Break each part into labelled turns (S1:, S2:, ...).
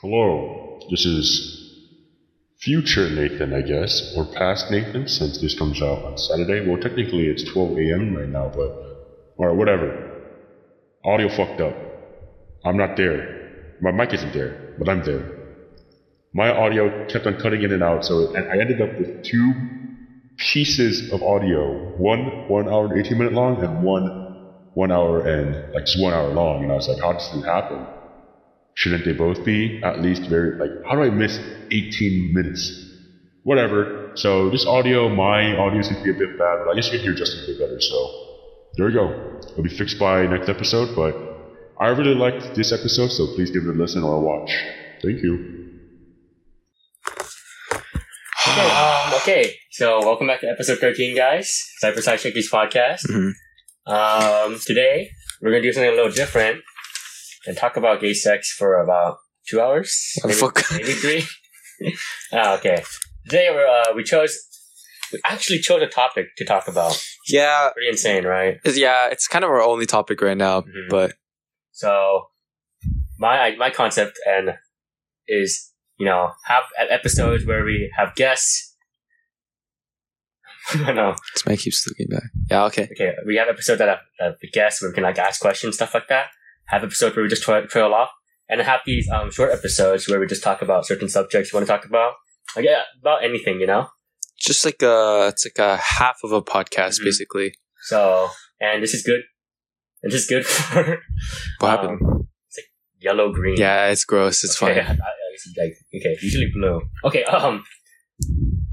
S1: Hello, this is future Nathan, I guess, or past Nathan, since this comes out on Saturday. Well, technically it's 12 a.m. right now, but alright, whatever. Audio fucked up. I'm not there. My mic isn't there, but I'm there. My audio kept on cutting in and out, so and I ended up with two pieces of audio. One one hour and 18 minute long, and one one hour and like just one hour long. And I was like, how does this happen? Shouldn't they both be at least very like how do I miss 18 minutes? Whatever. So this audio, my audio seems to be a bit bad, but I guess you can hear Justin a bit better. So there you go. It'll be fixed by next episode, but I really liked this episode, so please give it a listen or a watch. Thank you.
S2: Okay, um, okay, so welcome back to episode 13, guys. Cyber Side Junkies podcast.
S3: Mhm.
S2: Um, today, we're going to do something a little different and talk about gay sex for about two hours.
S3: Oh, fuck.
S2: maybe three. ah, okay. Today, we're, uh, we chose, we actually chose a topic to talk about.
S3: Yeah,
S2: Pretty insane, right?
S3: it's- yeah, it's kind of our only topic right now,
S2: Mhm.
S3: but
S2: So, my my concept and is you know have e- episodes where we have guests. I know.
S3: this man keeps looking back. Yeah, okay.
S2: Okay, we have episodes that have, that have guests where we can like ask questions, stuff like that. Have episodes where we just tra- trail off, and have these um short episodes where we just talk about certain subjects you want to talk about. Like yeah, about anything, you know.
S3: Just like a, it's like a half of a podcast,
S2: Mhm.
S3: basically.
S2: So, and this is good. And this is good for
S3: What happened?
S2: um, it's like yellow green.
S3: Yeah, it's gross. It's
S2: okay,
S3: fine.
S2: I, I, I see, like, okay, usually blue. Okay, um,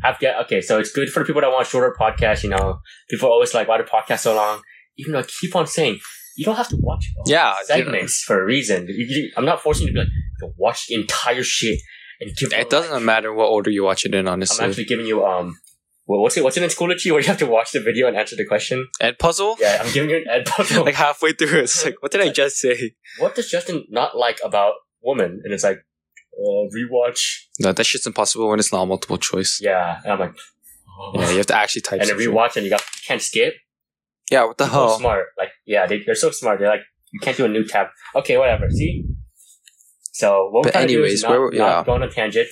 S2: I've got okay. So it's good for people that want shorter podcasts. You know, people are always like, "Why do podcasts so long?" Even though I keep on saying you don't have to watch all
S3: Yeah,
S2: the segments for a reason. You- you- I'm not forcing you to be like to watch the entire shit and give.
S3: It doesn't matter what order you watch it in,
S2: I'm
S3: honestly.
S2: actually giving you um. Well, what's it? What's it in school at you? Where you have to watch the video and answer the question.
S3: Ed puzzle?
S2: Yeah, I'm giving you an ed puzzle.
S3: Like halfway through, it's like, what did I just say?
S2: what does Justin not like about women? And it's like, oh, rewatch.
S3: No, that shit's impossible when it's not multiple choice.
S2: Yeah, and I'm like, oh.
S3: Yeah, you have to actually type.
S2: and if you
S3: something.
S2: watch and you got you can't skip.
S3: yeah, what the
S2: So
S3: hell?
S2: smart, like yeah, they, they're so smart. They're like you can't do a new tab. Okay, whatever. See. So what we're
S3: But
S2: trying to do is
S3: anyways,
S2: not,
S3: we're- yeah.
S2: not go on a tangent,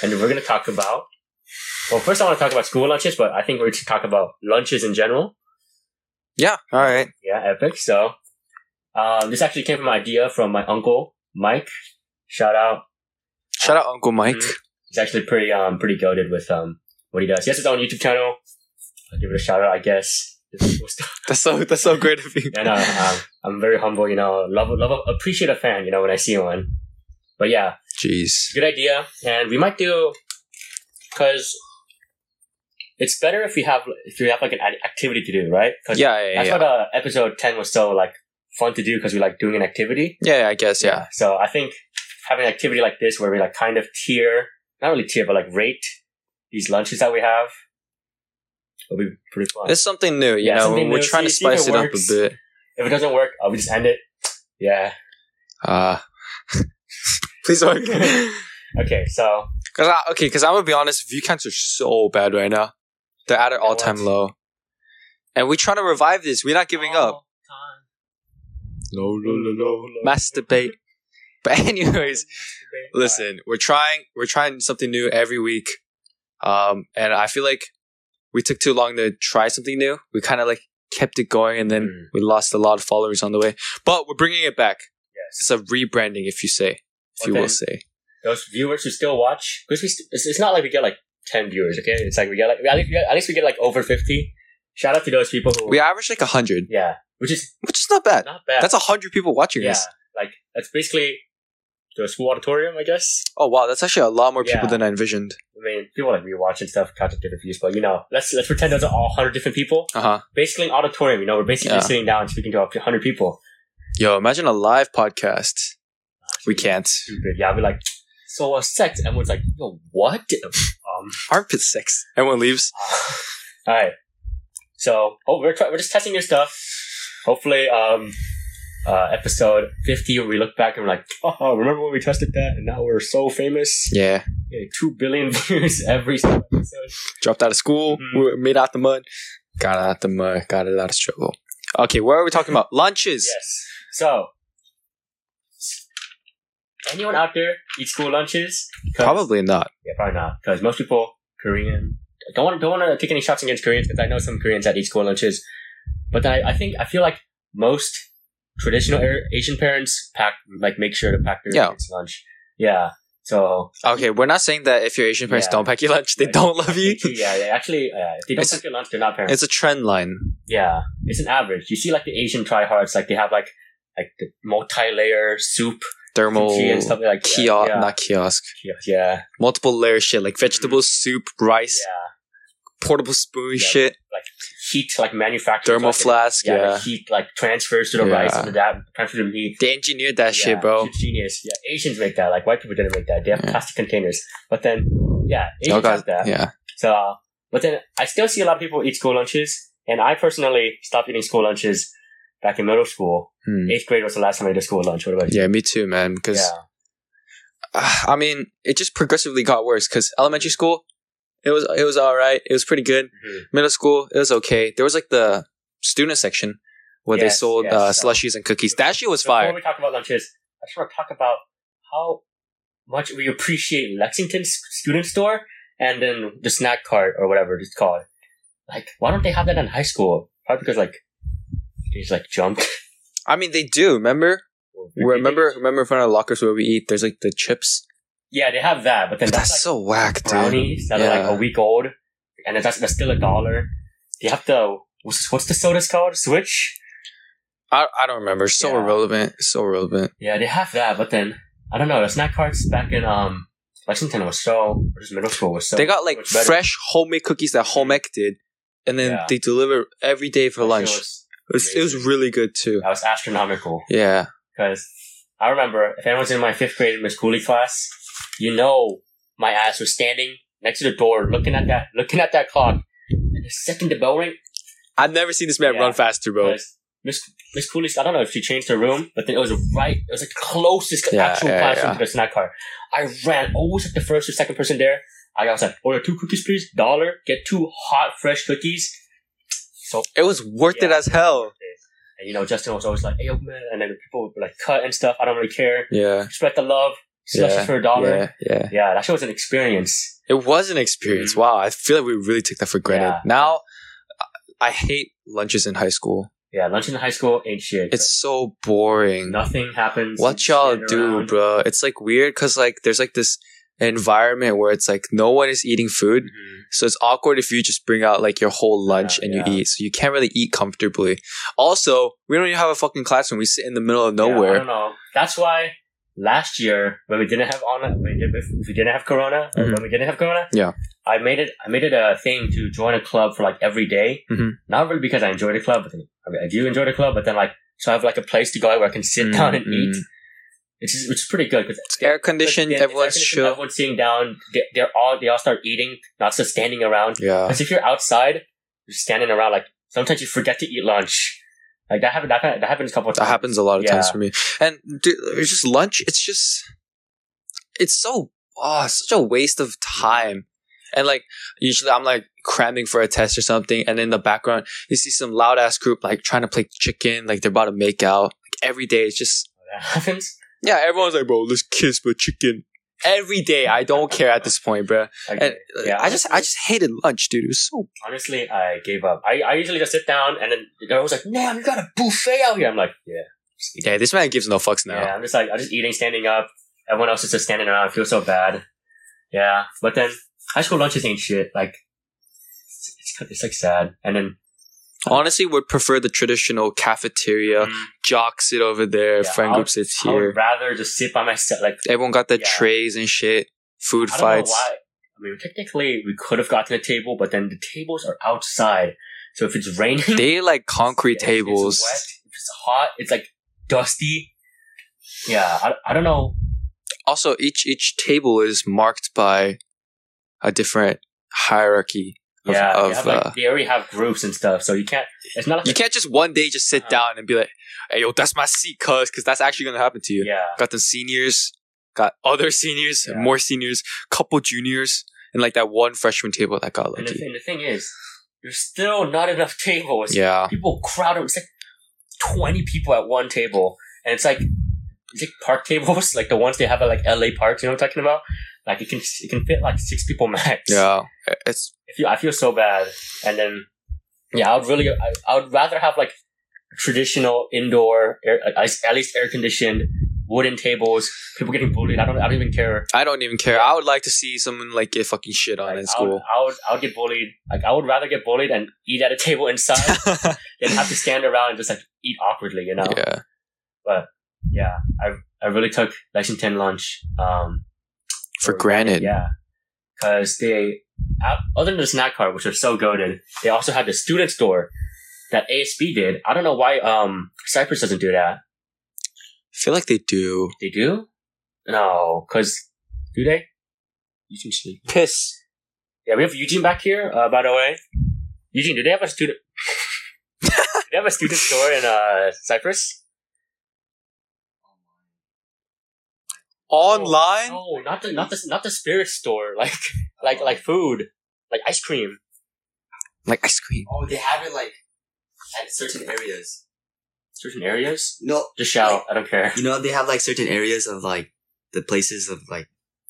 S2: and we're gonna talk about. Well, first I want to talk about school lunches, but I think we should talk about lunches in general.
S3: Yeah, all right.
S2: Yeah, epic. So um, this actually came from an idea from my uncle Mike. Shout out.
S3: Shout out Uncle Mike.
S2: Mhm. He's actually pretty um pretty goaded with um what he does. He has his own YouTube channel. I'll give it a shout out, I guess. This is cool stuff.
S3: That's so that's so great of you.
S2: and uh, um, I'm very humble, you know, love, love, appreciate a fan, you know, when I see one. But yeah,
S3: Jeez.
S2: it's a good idea, and we might do because it's better if we have if we have like an ac- activity to do, right? 'Cause
S3: Yeah, yeah,
S2: that's
S3: yeah.
S2: what uh, episode ten was so like fun to do because we like doing an activity.
S3: Yeah, yeah, I guess, yeah.
S2: So I think having an activity like this where we like kind of tier, not really tier, but like rate these lunches that we have, will be pretty fun.
S3: It's something new, you
S2: Yeah,
S3: know.
S2: something
S3: We're
S2: new.
S3: trying to
S2: See- see if
S3: spice
S2: it
S3: it up a
S2: works.
S3: bit.
S2: if it doesn't work, I'll just end it. Yeah.
S3: Uh, please don't. Cause
S2: Okay. So
S3: I, okay, because I'm gonna be honest, view counts are so bad right now. They're at an all time
S2: what?
S3: low, and we're trying to revive this. We're not giving up.
S1: No, no, no,
S2: Oh.
S1: no.
S3: Masturbate. But anyways, listen, we're trying. We're trying something new every week, um, and I feel like we took too long to try something new. We kind of like kept it going, and then
S2: Mm.
S3: we lost a lot of followers on the way. But we're bringing it back.
S2: Yes.
S3: It's a rebranding, if you say, if you
S2: Okay.
S3: will say.
S2: Those viewers who still watch, because we st- it's, it's not like we get like ten viewers. Okay, it's like we get like at least, we get, at least we get like over fifty. Shout out to those people who
S3: We average like hundred,
S2: yeah, which is
S3: which is not bad.
S2: not bad.
S3: That's a hundred people watching
S2: yeah,
S3: us.
S2: like that's basically the school auditorium, I guess.
S3: Oh wow, that's actually a lot more people
S2: Yeah.
S3: than I envisioned.
S2: I mean, people like rewatch and stuff, count to different views, but you know, let's let's pretend those are all hundred different people.
S3: Uh huh.
S2: Basically, an auditorium. You know, we're basically
S3: Yeah.
S2: sitting down and speaking to a hundred people.
S3: Yo, imagine a live podcast. We can't.
S2: Stupid. Yeah, I'll be like, so uh, sex, and was like, yo, what? um,
S3: Armpit sex. Everyone leaves.
S2: All right. So oh, we're try- we're just testing new stuff. Hopefully, um, uh, episode fifty, we look back and we're like, oh, remember when we tested that, and now we're so famous.
S3: Yeah.
S2: Yeah, Two billion views every single episode.
S3: Dropped out of school.
S2: Mhm.
S3: We're made out the mud. Got out the mud. Got it out of struggle. Okay, what are we talking about? Lunches.
S2: Yes. So anyone out there eat school lunches? 'Cause-
S3: Probably not.
S2: Yeah, probably not. Because most people Korean don't want don't want to take any shots against Koreans because I know some Koreans that eat school lunches, but then I, I think I feel like most traditional Ar- Asian parents pack like make sure to pack their
S3: Yeah.
S2: kids lunch. Yeah. So
S3: Okay, we're not saying that if your Asian parents
S2: Yeah.
S3: don't pack your lunch, they
S2: Right.
S3: don't love you.
S2: yeah, yeah, actually, uh, if they don't
S3: It's-
S2: pack their lunch, they're not parents.
S3: It's a trend line.
S2: Yeah, it's an average. You see, like the Asian tryhards, like they have like like the multi-layer soup
S3: Thermal
S2: kimchi and stuff like
S3: kiosk,
S2: Yeah,
S3: not kiosk.
S2: yeah, yeah,
S3: Multiple layer shit like vegetable soup, rice,
S2: Mm. yeah.
S3: portable spoon
S2: Yeah.
S3: shit,
S2: heat like manufactured
S3: thermal flask.
S2: Yeah,
S3: Yeah,
S2: the heat like transfers to the
S3: Yeah.
S2: rice and that transfers to the meat.
S3: they engineered that
S2: Yeah,
S3: shit, bro.
S2: it's Genius. Yeah, Asians make that. Like white people didn't make that. They have
S3: Yeah.
S2: plastic containers. But then, yeah, Asians
S3: Oh god,
S2: have that.
S3: yeah.
S2: So, uh, but then I still see a lot of people eat school lunches, and I personally stopped eating school lunches back in middle school.
S3: Hmm.
S2: Eighth grade was the last time I did a school lunch. What about you?
S3: Yeah, me too, man. Because I mean, it just progressively got worse. Because elementary school, it was it was all right. It was pretty good.
S2: Mhm.
S3: Middle school, it was okay. There was like the student section where they
S2: Yes,
S3: sold
S2: yes,
S3: uh,
S2: so-
S3: slushies and cookies. That shit was
S2: Before
S3: fire.
S2: we talk about lunches, I just want to talk about how much we appreciate Lexington's student store and then the snack cart or whatever it's called. Like, why don't they have that in high school? Probably because like they just like jumped.
S3: I mean, they do. Remember,
S2: Mm-hmm.
S3: remember, remember in front of the lockers where we eat. There's like the chips.
S2: Yeah, they have that, but then
S3: But
S2: that's,
S3: that's so whack,
S2: like
S3: dude.
S2: brownies that are
S3: Yeah.
S2: like a week old, and then that's, that's still a dollar. You have to what's, what's the sodas called? Switch.
S3: I, I don't remember. So
S2: Yeah.
S3: irrelevant. So irrelevant.
S2: Yeah, they have that, but then I don't know. The snack carts back in um Lexington was so or just middle school was so
S3: they got like
S2: much better.
S3: fresh homemade cookies that Home Ec did, and then
S2: Yeah.
S3: they deliver every day for
S2: It
S3: lunch. It
S2: was-
S3: was, it was
S2: amazing.
S3: really good too.
S2: That was astronomical
S3: Yeah.
S2: because I remember if anyone's in my fifth grade Miss Cooley class, you know my ass was standing next to the door looking at that looking at that clock. And the second the bell rang,
S3: I've never seen this man
S2: Yeah.
S3: run faster, bro.
S2: was Miss Miss Cooley. I don't know if she changed her room, but then it was right. It was like the closest
S3: Yeah,
S2: actual
S3: yeah,
S2: classroom
S3: yeah.
S2: to the snack cart. I ran always like the first or second person there. I was like, order two cookies, please. Dollar, get two hot fresh cookies. So
S3: It was worth it
S2: Yeah.
S3: as hell.
S2: and you know, Justin was always like, "Hey, yo, man," and then people would like cut and stuff. I don't really care.
S3: Yeah.
S2: Respect the love. Slushies
S3: Yeah,
S2: for a dollar. Yeah.
S3: Yeah, yeah.
S2: that shit was an experience.
S3: It was an experience. Wow, I feel like we really took that for granted.
S2: Yeah.
S3: Now, I- I hate lunches in high school.
S2: Yeah, lunch in high school ain't shit.
S3: It's so boring.
S2: nothing happens.
S3: What
S2: Just
S3: y'all
S2: stand
S3: do,
S2: around.
S3: bro? It's like weird because like there's like this environment where it's like no one is eating food,
S2: Mhm.
S3: so it's awkward if you just bring out like your whole lunch
S2: Yeah,
S3: and
S2: yeah.
S3: you eat. So you can't really eat comfortably. Also, we don't even have a fucking classroom. We sit in the middle of
S2: Yeah, I
S3: nowhere.
S2: don't know. That's why last year when we didn't have on when we did- if we didn't have Corona or
S3: Mhm.
S2: when we didn't have Corona,
S3: Yeah.
S2: I made it. I made it a thing to join a club for like every day.
S3: Mhm.
S2: Not really because I enjoy the club, but then, I, mean, I do enjoy the club. But then like so I have like a place to go where I can sit down and eat.
S3: Mhm.
S2: Which is which is pretty good because
S3: Air conditioned. Everyone's chill.
S2: Everyone's sitting down. They, they're all they all start eating, not just standing around.
S3: Yeah.
S2: Because if you're outside, you're standing around. Like sometimes you forget to eat lunch. Like that happened. That, happened- that happens a couple of
S3: That
S2: times.
S3: happens a lot of
S2: Yeah.
S3: times for me. And dude, it's just lunch. It's just, it's so, oh, it's such a waste of time. And like, usually I'm like cramming for a test or something. And in the background, you see some loud ass group like trying to play chicken, like they're about to make out. Like every day, it's just,
S2: That happens.
S3: yeah, everyone's like, bro, let's kiss, but chicken. Every day, I don't care at this point, bro.
S2: Like,
S3: And
S2: yeah,
S3: I just, I just hated lunch, dude. It was so,
S2: honestly, I gave up. I, I usually just sit down and then the girl was like, "Man, you got a buffet out here." I'm like, "Yeah, just eat."
S3: yeah, this man gives no fucks now.
S2: yeah." I'm just like, I'm just eating, standing up. Everyone else is just standing around. I feel so bad. Yeah, but then high school lunches ain't shit. Like, it's, it's, it's like sad. And then
S3: Honestly, would prefer the traditional cafeteria.
S2: mm,
S3: Jock sit over there,
S2: Yeah,
S3: friend
S2: I'll-
S3: group sits
S2: I
S3: here.
S2: would rather just sit by myself. Like,
S3: Everyone got their
S2: Yeah.
S3: trays and shit.
S2: I
S3: Food
S2: don't
S3: fights.
S2: know why. I mean, technically, we could have gotten a table, but then the tables are outside. So if it's raining,
S3: They like concrete
S2: Yeah, if
S3: tables.
S2: It's wet. If it's hot, it's like dusty. Yeah, I, I don't know.
S3: Also, each each table is marked by a different hierarchy. Of,
S2: Yeah,
S3: of,
S2: they, have,
S3: uh,
S2: like, they already have groups and stuff, so you can't. It's not like
S3: You can't just one day just sit
S2: Uh-huh.
S3: down and be like, "Hey, yo, that's my seat, cuz," because that's actually gonna happen to you.
S2: yeah,
S3: Got the seniors, got other seniors,
S2: Yeah.
S3: more seniors, couple juniors, and like that one freshman table that got
S2: and the,
S3: lucky.
S2: thing, the thing is, there's still not enough tables.
S3: Yeah,
S2: people crowded. It's like twenty people at one table, and it's like like park tables, like the ones they have at like LA parks. You know what I'm talking about? Like it can it can fit like six people max.
S3: Yeah, it's
S2: I feel, I feel so bad. And then, yeah, I would really, I, I would rather have like traditional indoor, air, at least- at least air conditioned wooden tables. People getting bullied. I don't, I don't even care.
S3: I don't even care. I would like to see someone like get fucking shit on
S2: Like,
S3: in
S2: I, would,
S3: school.
S2: I would, I would get bullied. Like I would rather get bullied and eat at a table inside than have to stand around and just like eat awkwardly. You know?
S3: yeah,
S2: Yeah. I, I really took Lexington lunch. Um,
S3: for granted.
S2: Yeah. Because they, out- other than the snack cart, which was so goaded, they also had the student store that ASB did. I don't know why um Cypress doesn't do that.
S3: I feel like they do.
S2: They do? No, because do they? Eugene Sneak.
S3: Piss.
S2: Yeah, we have Eugene back here, uh, by the way. Eugene, do they have a student? do they have a student store in uh, Cyprus?
S3: Online.
S2: No, not the not the not the spirit store, like like like food, like ice cream.
S3: Like ice cream.
S4: Oh, they have it like at certain areas.
S2: Certain areas.
S4: No,
S2: Just shout. I don't care.
S4: you know they have like certain areas of like the places of like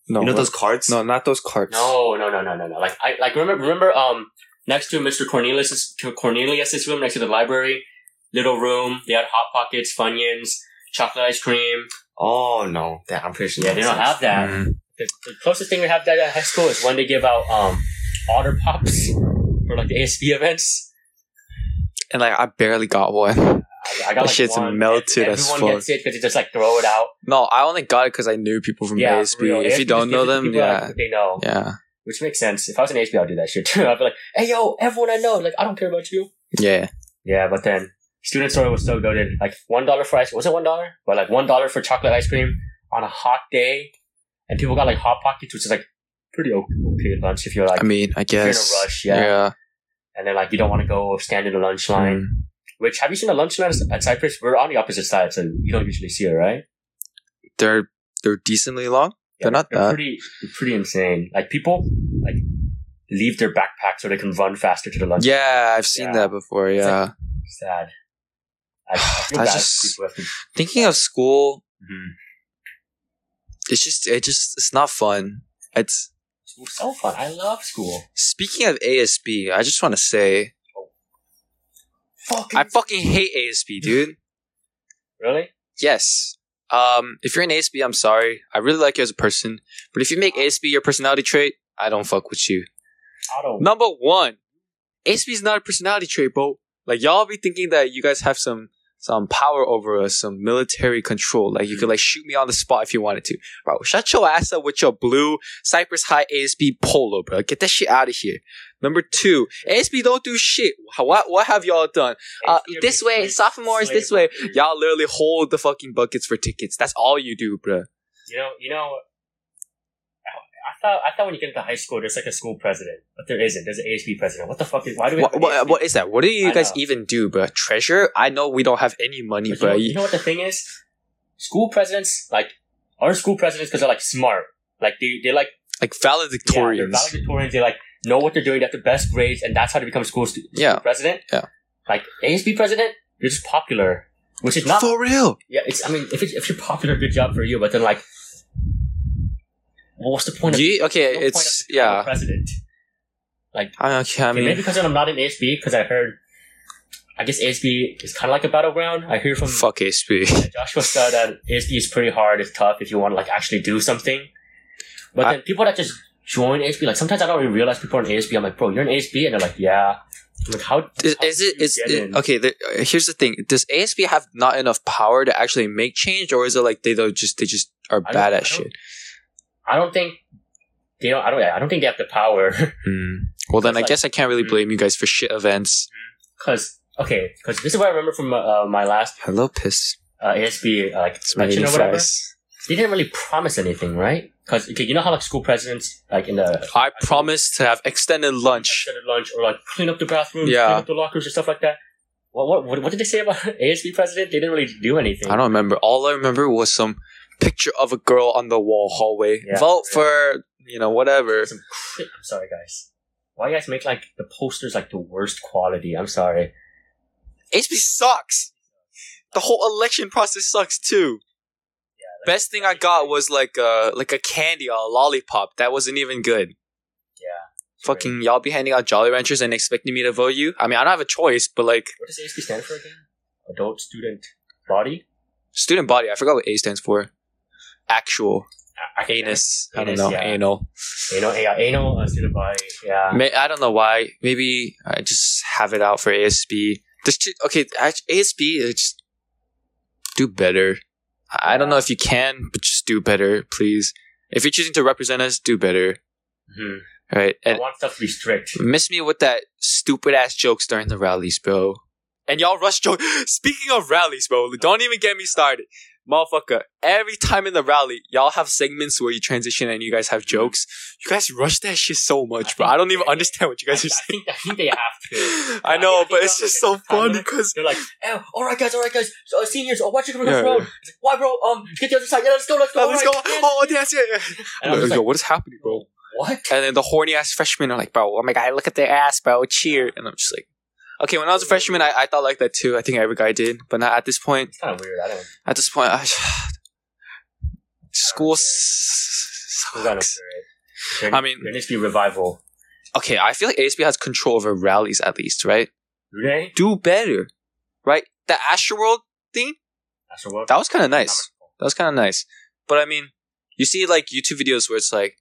S3: No,
S4: you know
S3: what-
S4: those carts.
S3: no, not those carts.
S2: No, no, no, no, no, no. Like I like remember remember um next to Mr. Cornelius's to Cornelius's room next to the library, little room. They had hot pockets, funyuns, chocolate ice cream.
S4: Oh no, that I'm pretty sure.
S2: Yeah, they don't have that.
S3: Mm.
S2: The, the closest thing we have that at high school is when they give out um otter pops for like the ASB events.
S3: And like I barely got one.
S2: I, I
S3: That
S2: got like
S3: shit's
S2: one.
S3: melted
S2: Everyone
S3: as
S2: gets it because they just like throw it out.
S3: No, I only got it because I knew people from
S2: Yeah, for
S3: ASB.
S2: real. ASB
S3: If you
S2: just
S3: don't
S2: gives
S3: know
S2: it to
S3: them,
S2: people, like,
S3: yeah,
S2: who they know.
S3: yeah,
S2: Which makes sense. If I was an ASB, I'd do that shit too. I'd be like, "Hey, yo, everyone I know, like, I don't care about you."
S3: yeah.
S2: Yeah, but then student store was so goaded. Like one dollar for ice was it one dollar? But like one dollar for chocolate ice cream on a hot day, and people got like hot pockets, which is like pretty okay, okay lunch if you're like,
S3: I mean, I
S2: you're in a
S3: guess.
S2: rush, yeah. and then like you don't want to go stand in the lunch
S3: Yeah.
S2: line.
S3: Mm.
S2: Which have you seen the lunch line at Cyprus? We're on the opposite side, so you don't usually see it, right?
S3: They're they're decently long. They're not
S2: They're
S3: that.
S2: pretty, they're pretty insane. Like people like leave their backpack so they can run faster to the lunch.
S3: Yeah, I've seen
S2: Yeah.
S3: that before.
S2: It's
S3: Yeah.
S2: sad. I, I feel
S3: That's
S2: bad
S3: just-
S2: for people who have to-
S3: Thinking of school,
S2: Mhm.
S3: it's just it just it's not fun. It's
S2: School's so fun. I love school.
S3: speaking of ASB, I just want to say
S2: Fucking
S3: I fucking hate ASB, dude.
S2: really?
S3: Yes. Um, if you're an ASB, I'm sorry. I really like you as a person, but if you make ASB your personality trait, I don't fuck with you.
S2: I don't.
S3: Number one, ASB is not a personality trait, bro. Like y'all be thinking that you guys have some some power over us, some military control. Like you
S2: Mm-hmm.
S3: could like shoot me on the spot if you wanted to, bro. Shut your ass up with your blue Cypress High ASB polo, bro. Get that shit out of here. Number two, ASB don't do shit. Wha- What what have y'all done? Uh, this way, sophomores this way. Y'all literally hold the fucking buckets for tickets. That's all you do, bro.
S2: You know, you know. I thought, I thought when you get into high school, there's like a school president, but there isn't. There's an ASB president. What the fuck is? Why do we? have
S3: What,
S2: an ASB?
S3: what, what is that? What do you
S2: I
S3: guys
S2: know.
S3: even do, bro? Treasure? I know we don't have any money,
S2: But you, know,
S3: bro.
S2: you know what the thing is? School presidents like aren't school presidents because they're like smart. Like they they like
S3: like
S2: yeah,
S3: valedictorians.
S2: they're valedictorians. They like know what they're doing. They have the best grades, and that's how they become school stu-
S3: Yeah.
S2: president.
S3: Oh. Yeah.
S2: Like ASB president, you're just popular, which is not
S3: For real.
S2: Yeah, it's. I mean, if it's, if you're popular, good job for you. But then, like, what's the point of?
S3: You,
S2: no
S3: okay,
S2: point
S3: it's
S2: of becoming
S3: yeah.
S2: President.
S3: I, okay, I
S2: I mean, maybe
S3: mean,
S2: because I'm not in ASB because I heard. I guess ASB is kind of like a battleground. I hear from
S3: fuck ASB.
S2: Joshua said that ASB is pretty hard. It's tough if you want to like actually do something. But
S3: I-
S2: then people that just join ASB, like sometimes I don't even realize people are in ASB. I'm like, bro, you're in ASB, and they're like, yeah. I'm like, how
S3: Is,
S2: how
S3: is
S2: did
S3: it
S2: you
S3: is
S2: get
S3: it,
S2: in?
S3: okay? The, uh, here's the thing: Does ASB have not enough power to actually make change, or is it like they don't just they just are
S2: I don't-
S3: bad
S2: I
S3: at
S2: don't-
S3: shit?
S2: I don't think they don't. I don't. I don't think they have the power.
S3: Hmm. Well, then
S2: It's
S3: I
S2: like-
S3: guess I can't really
S2: Hmm.
S3: blame you guys for shit events.
S2: Cause okay, cause this is what I remember from uh, my last
S3: Hello, piss.
S2: uh, ASB uh, like
S3: It's my
S2: selection or
S3: mini
S2: whatever,
S3: fries.
S2: they didn't really promise anything, right? Because okay, you know how like school presidents like in the
S3: I promise to have extended lunch.
S2: extended lunch or like clean up the bathrooms,
S3: Yeah.
S2: clean up the lockers and stuff like that. What what what, what did they say about ASB president? They didn't really do anything.
S3: I don't remember. All I remember was some picture of a girl on the wall hallway.
S2: Yeah,
S3: Vote
S2: for
S3: for you know whatever.
S2: Some cri- I'm sorry, guys. Why you guys make like the posters like the worst quality? I'm sorry.
S3: HB sucks. The whole election process sucks too. Best thing I got was like a like a candy or a lollipop that wasn't even good. Fucking y'all be handing out Jolly Ranchers and expecting me to vote you? I mean, I don't have a choice, but like
S2: What does ASP stand for again? Adult Student Body?
S3: student body, I forgot what A stands for. Actual
S2: A- academic-
S3: anus. I don't
S2: Anus,
S3: know
S2: yeah.
S3: anal.
S2: Anal, yeah, anal uh, student body. Yeah.
S3: May, I don't know why. Maybe I just have it out for ASP. This shit, okay, act- ASP uh, just do better. I I don't know if you can, but just do better, please. If you're choosing to represent us, do better,
S2: Mhm.
S3: right?
S2: I
S3: And Mm.
S2: want stuff to be strict.
S3: miss me with that stupid ass jokes during the rallies, bro. And y'all rush joke. Speaking of rallies, bro, don't even get me started, motherfucker. Every time in the rally, y'all have segments where you transition and you guys have jokes. You guys rush that shit so much, bro. I don't even understand what you
S2: I, I
S3: guys are saying.
S2: think I think they have to.
S3: I know,
S2: I
S3: but
S2: think
S3: it's
S2: I'll
S3: just
S2: take
S3: so
S2: the time
S3: funny because
S2: They're like, oh, all right, guys, all right, guys, so, uh, seniors, uh, watch your
S3: Yeah,
S2: yeah, road. It's like, Why, bro? Um, get the other side. Yeah, let's go, let's go. all
S3: let's
S2: right,
S3: go.
S2: yeah."
S3: Oh, yes, yeah. yeah.
S2: And I'm just
S3: Yo,
S2: like,
S3: what is happening, bro?
S2: what?
S3: And then the horny ass freshmen are like, bro, oh my god, look at their ass, bro, cheer. And I'm just like, okay, when I was a freshman, I, I thought like that too. I think every guy did, but not at this point.
S2: It's kind of weird. I don't.
S3: At this point, I, school s-
S2: We're gonna
S3: sucks.
S2: There,
S3: I mean-
S2: there needs to be revival.
S3: Okay, I feel like ASB has control over rallies at least, right?
S2: Do they?
S3: Do better, right? The Astroworld
S2: That's the world.
S3: that was kind of nice. That was kind of nice. But I mean, you see like YouTube videos where it's like,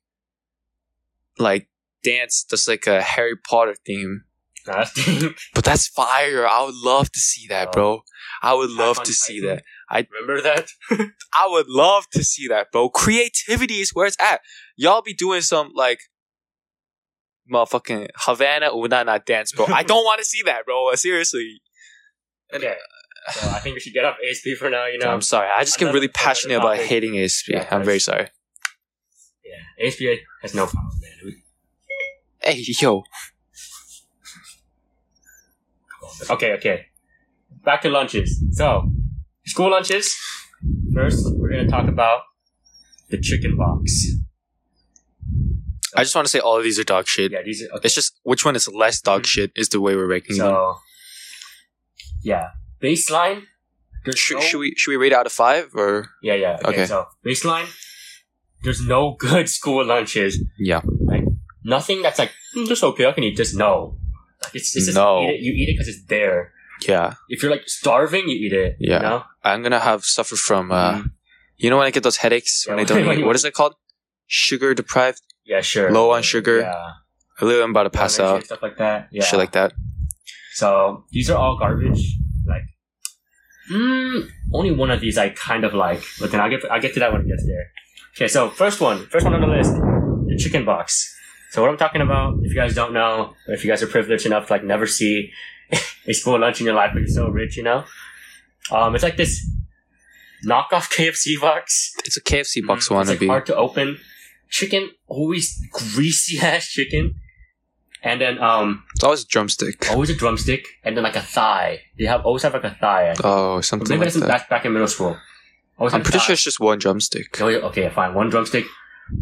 S3: like dance that's like a Harry Potter theme.
S2: Nah, that's the-
S3: But that's fire. I would love to see that,
S2: Oh.
S3: bro. I would
S2: Attack
S3: love
S2: on
S3: to see
S2: Titan.
S3: that.
S2: Remember that?
S3: I would love to see that, bro. Creativity is where it's at. Y'all be doing some like motherfucking Havana Unana dance, bro. I don't want to see that, bro. Seriously. And-
S2: Okay. So I think we should get off ASP for now. You know,
S3: I'm sorry. I just get
S2: Another-
S3: really passionate
S2: another
S3: about
S2: topic.
S3: hating ASP.
S2: Yeah,
S3: I'm very
S2: that's-
S3: sorry.
S2: yeah, ASP has no power, man. We-
S3: Hey, yo.
S2: Okay, okay. Back to lunches. So, school lunches. First, we're gonna talk about the chicken box.
S3: I just want to say all of these are dog shit.
S2: Yeah, these are okay.
S3: It's just which one is less dog
S2: Mhm.
S3: shit is the way we're ranking them.
S2: So, yeah, baseline. there's
S3: Mm-hmm. Should,
S2: no-
S3: should we should we rate out of five or
S2: Yeah, yeah. Okay,
S3: Okay.
S2: So baseline. There's no good school lunches.
S3: yeah?
S2: Nothing that's like "Mm, just okay. I can eat this. No, like it's, it's just
S3: No.
S2: Eat it. you eat it because it's there.
S3: Yeah,
S2: If you're like starving, you eat it.
S3: Yeah.
S2: You know?
S3: I'm gonna have suffer from uh, you know when I get those headaches when
S2: Mm-hmm. Yeah,
S3: I don't
S2: when
S3: eat.
S2: you-
S3: What is it called? Sugar deprived.
S2: Yeah, sure.
S3: Low on sugar.
S2: Yeah.
S3: I literally am about to pass
S2: Energy and
S3: out.
S2: Stuff like that. Yeah.
S3: Shit like that.
S2: So these are all garbage. Like, mm, only one of these I kind of like, but then I'll get I'll get to that when it gets there. Okay, so first one, first one on the list, the chicken box. So what I'm talking about, if you guys don't know, or if you guys are privileged enough to like never see a school lunch in your life, but you're so rich, you know, um, it's like this knockoff KFC box.
S3: It's a KFC box
S2: Mhm. It's
S3: wannabe.
S2: like hard to open. Chicken, always greasy ass chicken, and then um,
S3: it's always a drumstick.
S2: always a drumstick and then like a thigh. They have always have like a thigh. I think.
S3: Oh,
S2: But
S3: something
S2: Maybe
S3: like
S2: that's
S3: that.
S2: back back in middle school. Always
S3: I'm
S2: had a
S3: pretty
S2: thigh.
S3: sure it's just one drumstick.
S2: Oh, yeah, Okay, fine. One drumstick,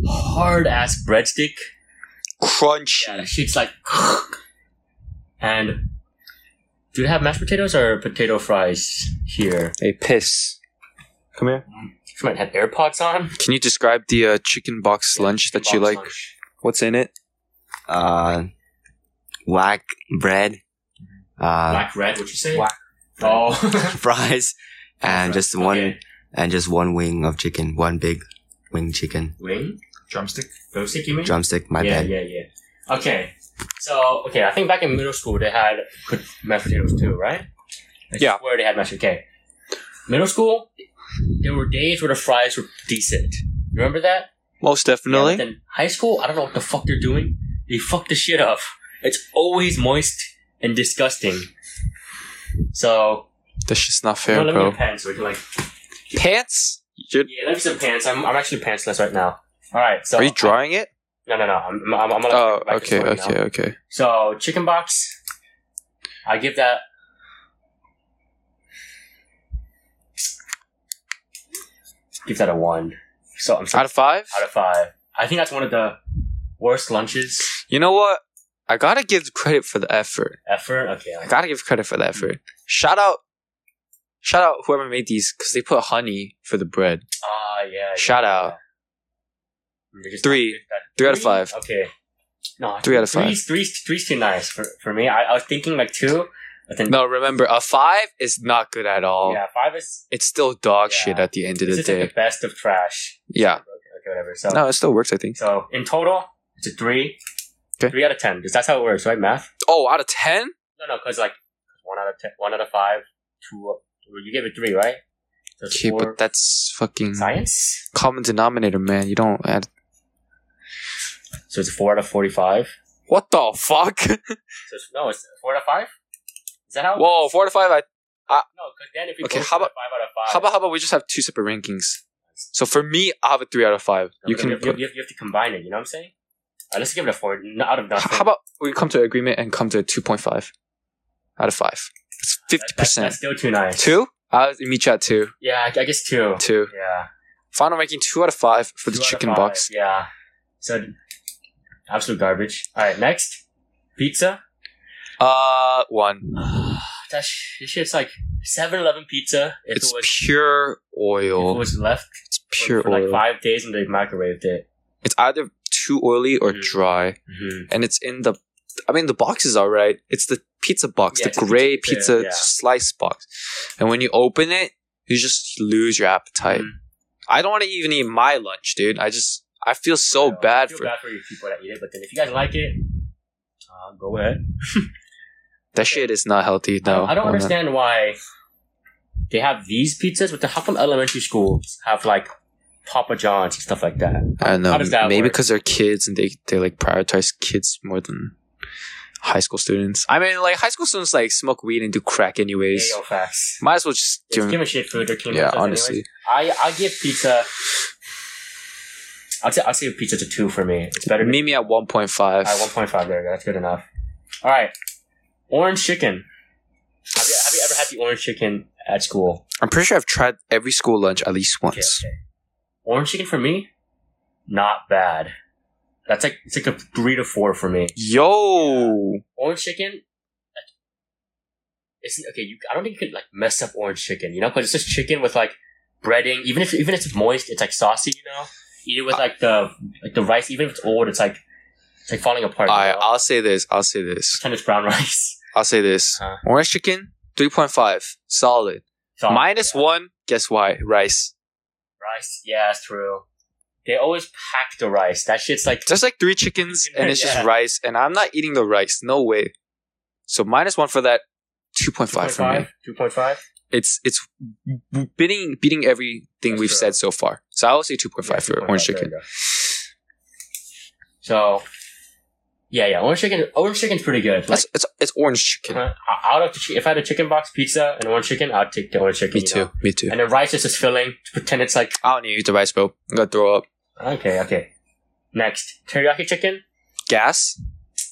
S2: hard ass breadstick.
S3: Crunchy.
S2: Yeah, that shit's like. And do they have mashed potatoes or potato fries here?
S3: Hey, piss. Come here.
S2: She might have AirPods on.
S3: Can you describe the uh, chicken box lunch
S2: Chicken
S3: that you
S2: box
S3: like?
S2: lunch.
S3: What's in it?
S4: Uh, whack bread, uh,
S2: Black bread, what you say?
S4: Black
S2: Oh,
S4: fries, and just one
S2: Okay.
S4: and just one wing of chicken, one big wing chicken
S2: wing, drumstick, drumstick. You mean?
S4: drumstick. My
S2: yeah,
S4: bad.
S2: yeah, yeah. Okay, so okay, I think back in middle school they had put mashed potatoes too, right? I
S3: Yeah.
S2: Where they had mashed okay. Middle school, there were days where the fries were decent. You Remember that?
S3: Most
S2: Yeah,
S3: definitely.
S2: but then high school, I don't know what the fuck they're doing. They fuck the shit up. It's always moist and disgusting. So,
S3: That's just not
S2: no,
S3: fair,
S2: let me
S3: bro.
S2: get pants so we can like.
S3: Pants? You're,
S2: Yeah, let me some pants. I'm, I'm actually pantsless right now. All right, so
S3: are you drawing it?
S2: No, no, no. I'm, I'm, I'm gonna.
S3: Oh,
S2: back this
S3: okay,
S2: way now.
S3: okay, okay.
S2: So chicken box, I give that. Give that a one. So I'm sorry,
S3: Out of five?
S2: out of five. I think that's one of the worst lunches
S3: You know what? I gotta give credit for the effort.
S2: effort. Okay,
S3: I
S2: I-
S3: gotta give credit for the effort. Shout out Shout out whoever made these because they put honey for the bread.
S2: Ah, yeah.
S3: Shout out.
S2: We just-
S3: Three. Three out of five.
S2: Okay. No,
S3: Three out of five.
S2: Three's, three's, three's too nice for, for me. I, I was thinking like two, but then
S3: No, remember a five is not good at all.
S2: yeah, five is
S3: It's still dog
S2: Yeah.
S3: shit at the end of
S2: this
S3: the
S2: is like
S3: day.
S2: the best of trash.
S3: yeah.
S2: Okay, whatever. So
S3: No, it still works. I think.
S2: so in total, it's a three.
S3: Okay.
S2: Three out of ten. 'cause that's how it works, right? Math.
S3: Oh, out of ten.
S2: No, no, because like one out of ten, one out of five, two. You gave it three, right? So it's
S3: Okay,
S2: four.
S3: but that's fucking
S2: science.
S3: common denominator, man. You don't add.
S2: So it's four out of forty-five.
S3: What the fuck?
S2: So it's, no, it's four out of five. Is that how? it
S3: Whoa, four to five. I,
S2: No, because then if we
S3: Okay,
S2: both
S3: how
S2: put
S3: about-
S2: five out of five,
S3: how about how about we just have two separate rankings? So for me, I have a three out of five.
S2: No,
S3: You
S2: but
S3: can.
S2: you have, you, have,
S3: put-
S2: you have- you have to combine it. You know what I'm saying? Uh, let's give it a four n- out of nothing.
S3: how about we come to an agreement and come to two point five out of five? That's
S2: That-
S3: fifty
S2: that-
S3: percent.
S2: That's still too nice.
S3: Two. Uh, I'll meet you at two.
S2: Yeah, I, I guess two.
S3: Two.
S2: Yeah.
S3: Final ranking two out of five for the
S2: Two out of
S3: chicken
S2: five.
S3: box.
S2: Yeah. So absolute garbage. All right, next pizza.
S3: Uh, one.
S2: that sh- this shit's like 7-Eleven pizza. If
S3: It's
S2: it was
S3: pure
S2: if
S3: oil.
S2: it was left
S3: it's
S2: for-
S3: pure
S2: for
S3: oil.
S2: like five days and they microwaved it.
S3: it's either too oily or
S2: Mhm.
S3: dry,
S2: Mm-hmm.
S3: and it's in the. I mean, the box is all right. It's the pizza box,
S2: Yeah, it's
S3: the
S2: a
S3: gray
S2: pizza-
S3: pizza,
S2: yeah.
S3: slice box, and when you open it, you just lose your appetite.
S2: Mhm.
S3: I don't want to even eat my lunch, dude. I just I feel so bad
S2: feel
S3: for
S2: bad for you people that eat it, but then if you guys like it, uh, go ahead.
S3: that shit. Is not healthy. No,
S2: I don't
S3: no, no.
S2: understand why they have these pizzas, but then how come elementary schools have like Papa John's and stuff like that?
S3: I don't know.
S2: How does that
S3: Maybe
S2: work?
S3: because they're kids and they they like prioritize kids more than high school students. I mean, like high school students like smoke weed and do crack anyways.
S2: Ayo facts.
S3: Might as well just
S2: Just
S3: give
S2: give
S3: them.
S2: a shit food. They're king
S3: Yeah,
S2: pizzas
S3: honestly.
S2: Anyways. I I give pizza. I'll say I'll say pizza's a two for me. It's better. Than,
S3: Meet me at one point five.
S2: All right, one point five there. That's good enough. All right, orange chicken. Have you, have you ever had the orange chicken at school?
S3: I'm pretty sure I've tried every school lunch at least
S2: Okay,
S3: once.
S2: okay. Orange chicken for me, not bad. That's like it's like a three to four for me.
S3: Yo,
S2: orange chicken. like, It's okay. You, I don't think you could like mess up orange chicken. You know, because it's just chicken with like breading. Even if even if it's moist, it's like saucy. You know, eat it with like the like the rice. Even if it's old, it's like it's like falling apart.
S3: all right.
S2: you know?
S3: I'll say this. I'll say this.
S2: Pretend it's brown rice.
S3: I'll say this.
S2: Huh.
S3: Orange chicken, three point five, solid.
S2: So-
S3: Minus one. Guess why? Rice.
S2: rice. Yeah, it's true. They always pack the rice. That shit's like
S3: There's like three chickens and it's
S2: Yeah.
S3: just rice, and I'm not eating the rice. No way. So minus one for that. Two point five for me.
S2: Two point five.
S3: It's it's beating beating everything
S2: That's
S3: we've
S2: true.
S3: said so far. So I will say two point five for orange chicken.
S2: So, yeah, yeah, orange chicken. Orange chicken's pretty good. Like,
S3: That's it's it's orange chicken.
S2: Uh, out of the chi- if I had a chicken box pizza and orange chicken, I'd take the orange chicken.
S3: Me
S2: you
S3: too.
S2: know?
S3: Me too.
S2: And then rice is just filling. Pretend it's like
S3: I don't need to eat the rice, bro. I'm gonna throw up.
S2: okay, okay. Next, teriyaki chicken.
S3: Gas.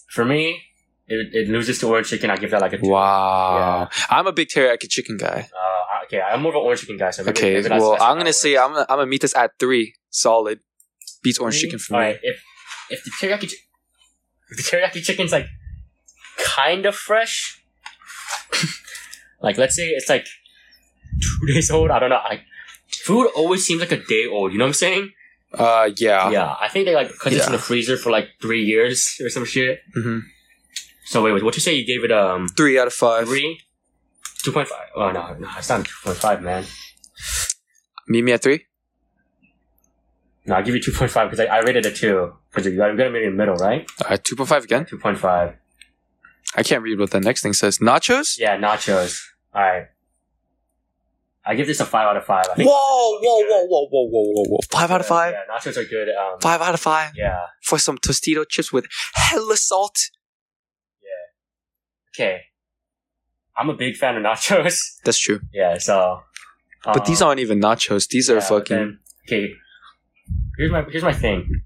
S2: For me, it, it loses to orange chicken. I give that like a two.
S3: Wow. I'm a big teriyaki chicken guy.
S2: Uh, I- okay, I'm more of an orange chicken guy. So maybe,
S3: Okay,
S2: maybe that's-
S3: well,
S2: that's
S3: I'm
S2: how
S3: gonna
S2: it
S3: say
S2: works.
S3: I'm gonna, I'm gonna meet this at three. Solid. Beats orange chicken for me.
S2: Alright, if if the teriyaki chi- if the teriyaki chicken's like kind of fresh, like let's say it's like two days old. I don't know. I, food always seems like a day old. You know what I'm saying?
S3: Uh, yeah.
S2: Yeah, I think they like because it's in
S3: Yeah.
S2: the freezer for like three years or some shit.
S3: hmm
S2: So wait, wait, what you say? You gave it um
S3: Three out of five.
S2: three, two point five? Oh no, no, it's not two point five, man.
S3: Meet me at three.
S2: No, I give you two point five because I, I rated a two because you got you got to meet in the middle, right?
S3: All right, Uh, two point five again.
S2: Two point five.
S3: I can't read what the next thing says. Nachos.
S2: Yeah, nachos. All right, I give this a five out of five. I
S3: Whoa,
S2: think
S3: whoa, whoa, whoa, whoa, whoa, whoa, whoa. Five out of five.
S2: Yeah, nachos are good. Um,
S3: Five out of five
S2: Yeah.
S3: for some Tostito chips with hella salt.
S2: Okay. I'm a big fan of nachos.
S3: That's true.
S2: Yeah. So.
S3: But these aren't even nachos. These are
S2: Yeah, but
S3: fucking.
S2: then- okay. Here's my here's my thing.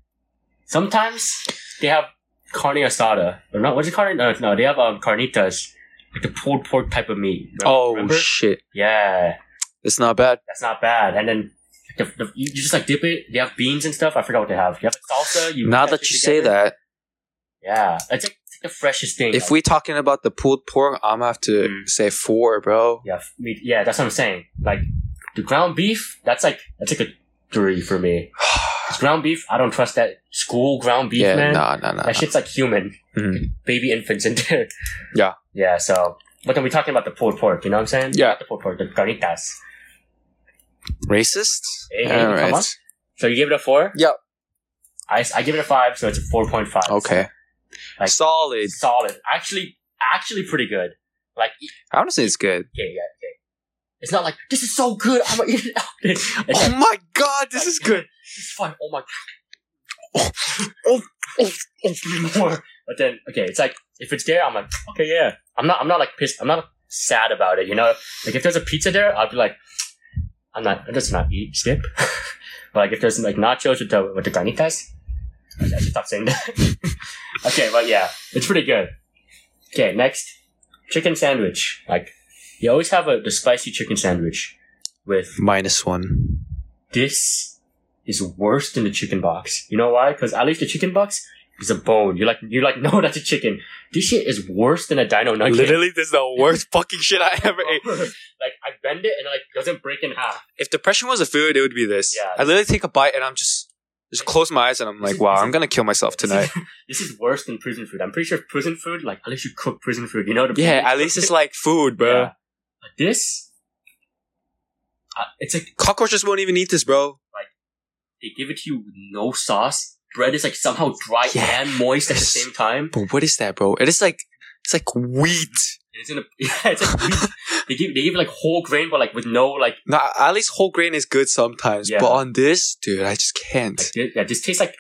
S2: Sometimes they have carne asada. Or not? What's it carne? No, no, they have um, carnitas, like the pulled pork type of meat. Remember-
S3: oh
S2: remember?
S3: shit!
S2: yeah,
S3: It's not bad.
S2: that's not bad. And then the, the, you you just like dip it. They have beans and stuff. I forgot what they have. You have salsa. You
S3: now
S2: mix
S3: that
S2: shit
S3: you say
S2: together.
S3: that,
S2: yeah, it's like the freshest thing.
S3: If we talking about the pulled pork, I'm gonna have to
S2: Mm.
S3: say four, bro.
S2: yeah, f- me, yeah, that's what I'm saying. Like the ground beef, that's like that's like a three for me. 'Cause ground beef, I don't trust that school ground beef,
S3: yeah,
S2: man.
S3: nah, nah, nah.
S2: That shit's like human,
S3: Mhm.
S2: baby infants in there.
S3: Yeah.
S2: yeah. So, but then we talking about the pulled pork. You know what I'm saying?
S3: Yeah.
S2: Not the pulled pork, the carnitas.
S3: Racist?
S2: Hey, hey, come on. So you give it a four?
S3: Yep.
S2: I, I give it a five, so it's a four point five.
S3: Okay.
S2: Like-
S3: Solid.
S2: solid. Actually, actually pretty good. Like, e-
S3: I want to say it's good.
S2: okay, yeah, okay. It's not like this is so good. I'm gonna eat it out. It's
S3: Oh
S2: like,
S3: my god, this is good.
S2: it's fine. Oh my god. Oh, oh, oh, give me more. But then, okay, it's like if it's there, I'm like, okay, yeah. I'm not. I'm not like pissed. I'm not sad about it. You know, like if there's a pizza there, I'll be like, I'm not. I'm just not eat skip. but like if there's like nachos with the with the carnitas, I should stop saying that. okay, but yeah, it's pretty good. Okay, next chicken sandwich. Like you always have a the spicy chicken sandwich with
S3: Minus one.
S2: this is worse than the chicken box. You know why? Because at least the chicken box is a bone. You like you like no, that's a chicken. This shit is worse than a dino nugget.
S3: Literally, this is the worst fucking shit I ever ate.
S2: like I bend it and it like doesn't break in half.
S3: If depression was a food, it would be this.
S2: Yeah.
S3: I literally take a bite and I'm just just close my eyes and I'm
S2: This
S3: like,
S2: is-
S3: wow,
S2: this
S3: I'm
S2: is-
S3: gonna kill myself tonight.
S2: This is worse than prison food. I'm pretty sure prison food, like at least you cook prison food. You know the
S3: yeah, at least it's like food, bro.
S2: Yeah. But this, uh, it's like
S3: Cockroaches won't even eat this, bro.
S2: they give it to you with no sauce. Bread is like somehow dry
S3: Yeah.
S2: and moist at the
S3: Yes.
S2: same time.
S3: But what is that, bro? It is like it's like wheat.
S2: And it's in a yeah, it's like wheat. they give they give it like whole grain, but like with no like
S3: No, at least whole grain is good sometimes,
S2: Yeah.
S3: but on this, dude, I just can't.
S2: Like, thi- yeah, this tastes like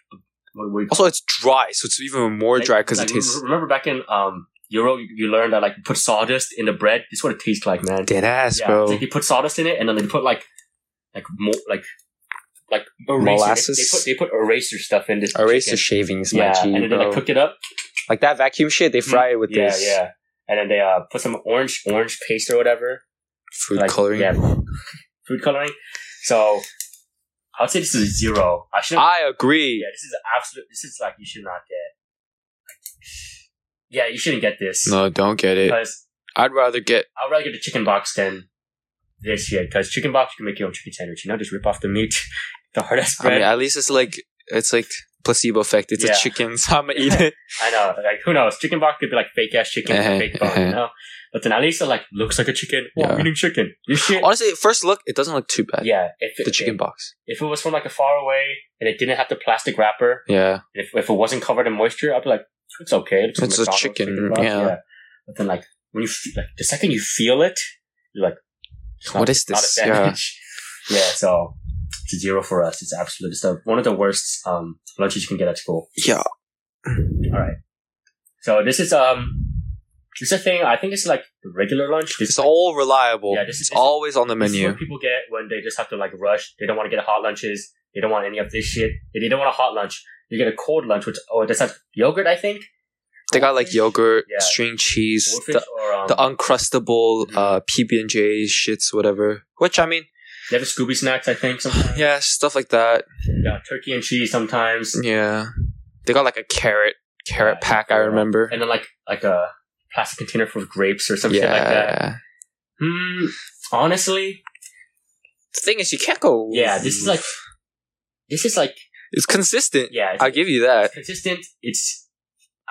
S2: what we
S3: Also, it's dry, so it's even more dry because it tastes
S2: Remember back in um Euro, you- you learned that like you put sawdust in the bread. This is what it tastes like, man.
S3: dead ass,
S2: yeah,
S3: bro.
S2: it's like you put sawdust in it, and then they put like like mo- like like eraser.
S3: Molasses?
S2: They, they put they put eraser stuff in this.
S3: Eraser
S2: chicken.
S3: shavings,
S2: Yeah,
S3: my G,
S2: and then they like
S3: bro.
S2: cook it up.
S3: Like that vacuum shit, they fry it with
S2: yeah,
S3: this
S2: yeah. And then they uh, put some orange orange paste or whatever
S3: food
S2: like,
S3: coloring.
S2: Yeah, food coloring. So I would say this is a zero. I should.
S3: I agree.
S2: Yeah, this is absolute. This is like you should not get. yeah, you shouldn't get this
S3: No, don't get it.
S2: because
S3: I'd rather get
S2: I'd rather get the chicken box than this shit. Because chicken box, you can make your own chicken sandwich. You know, just rip off the meat, the hard ass
S3: I
S2: bread.
S3: mean,
S2: I,
S3: at least it's like it's like placebo effect. It's
S2: Yeah.
S3: a chicken, so I'm gonna eat it.
S2: know, like who knows? Chicken box could be like fake ass chicken,
S3: Uh-huh,
S2: fake bone. You
S3: uh-huh.
S2: know, but then at least it like looks like a chicken. Well, I'm
S3: Yeah.
S2: eating chicken. You shit.
S3: Honestly, at first look, it doesn't look too bad.
S2: yeah, if it,
S3: The chicken box.
S2: if it was from like a far away and it didn't have the plastic wrapper,
S3: Yeah.
S2: if, if it wasn't covered in moisture, I'd be like, it's okay. It's,
S3: It's a chicken, yeah.
S2: But then, like, when you feel, like the second you feel it, you're like, it's
S3: What is
S2: not
S3: this?
S2: a
S3: Yeah.
S2: sandwich. Yeah. So it's a zero for us. It's absolute. It's the, one of the worst um, lunches you can get at school.
S3: Yeah.
S2: All right. So this is um, this is a thing. I think it's like the regular lunch. This,
S3: It's all reliable.
S2: Yeah, this is-
S3: it's
S2: this-
S3: always on the
S2: this is
S3: menu.
S2: what people get when they just have to like rush. They don't want to get hot lunches. They don't want any of this shit. They don't want a hot lunch. You get a cold lunch, which oh, that's like yogurt, I think.
S3: They got like yogurt,
S2: Yeah.
S3: string cheese,
S2: Goldfish
S3: the,
S2: or um,
S3: the uncrustable
S2: Mhm.
S3: uh, PB and J shits, whatever. Which I mean,
S2: they have the Scooby snacks, I think. Sometimes.
S3: yeah, stuff like that.
S2: Yeah, turkey and cheese sometimes,
S3: Yeah. They got like a carrot carrot
S2: Yeah,
S3: pack. I
S2: yeah.
S3: remember.
S2: and then like like a plastic container full of grapes or something
S3: Yeah.
S2: like that. Hmm. Honestly,
S3: The thing is, you can't go.
S2: yeah, this is like this is like
S3: it's consistent.
S2: yeah, it's,
S3: I'll give you that.
S2: it's consistent. It's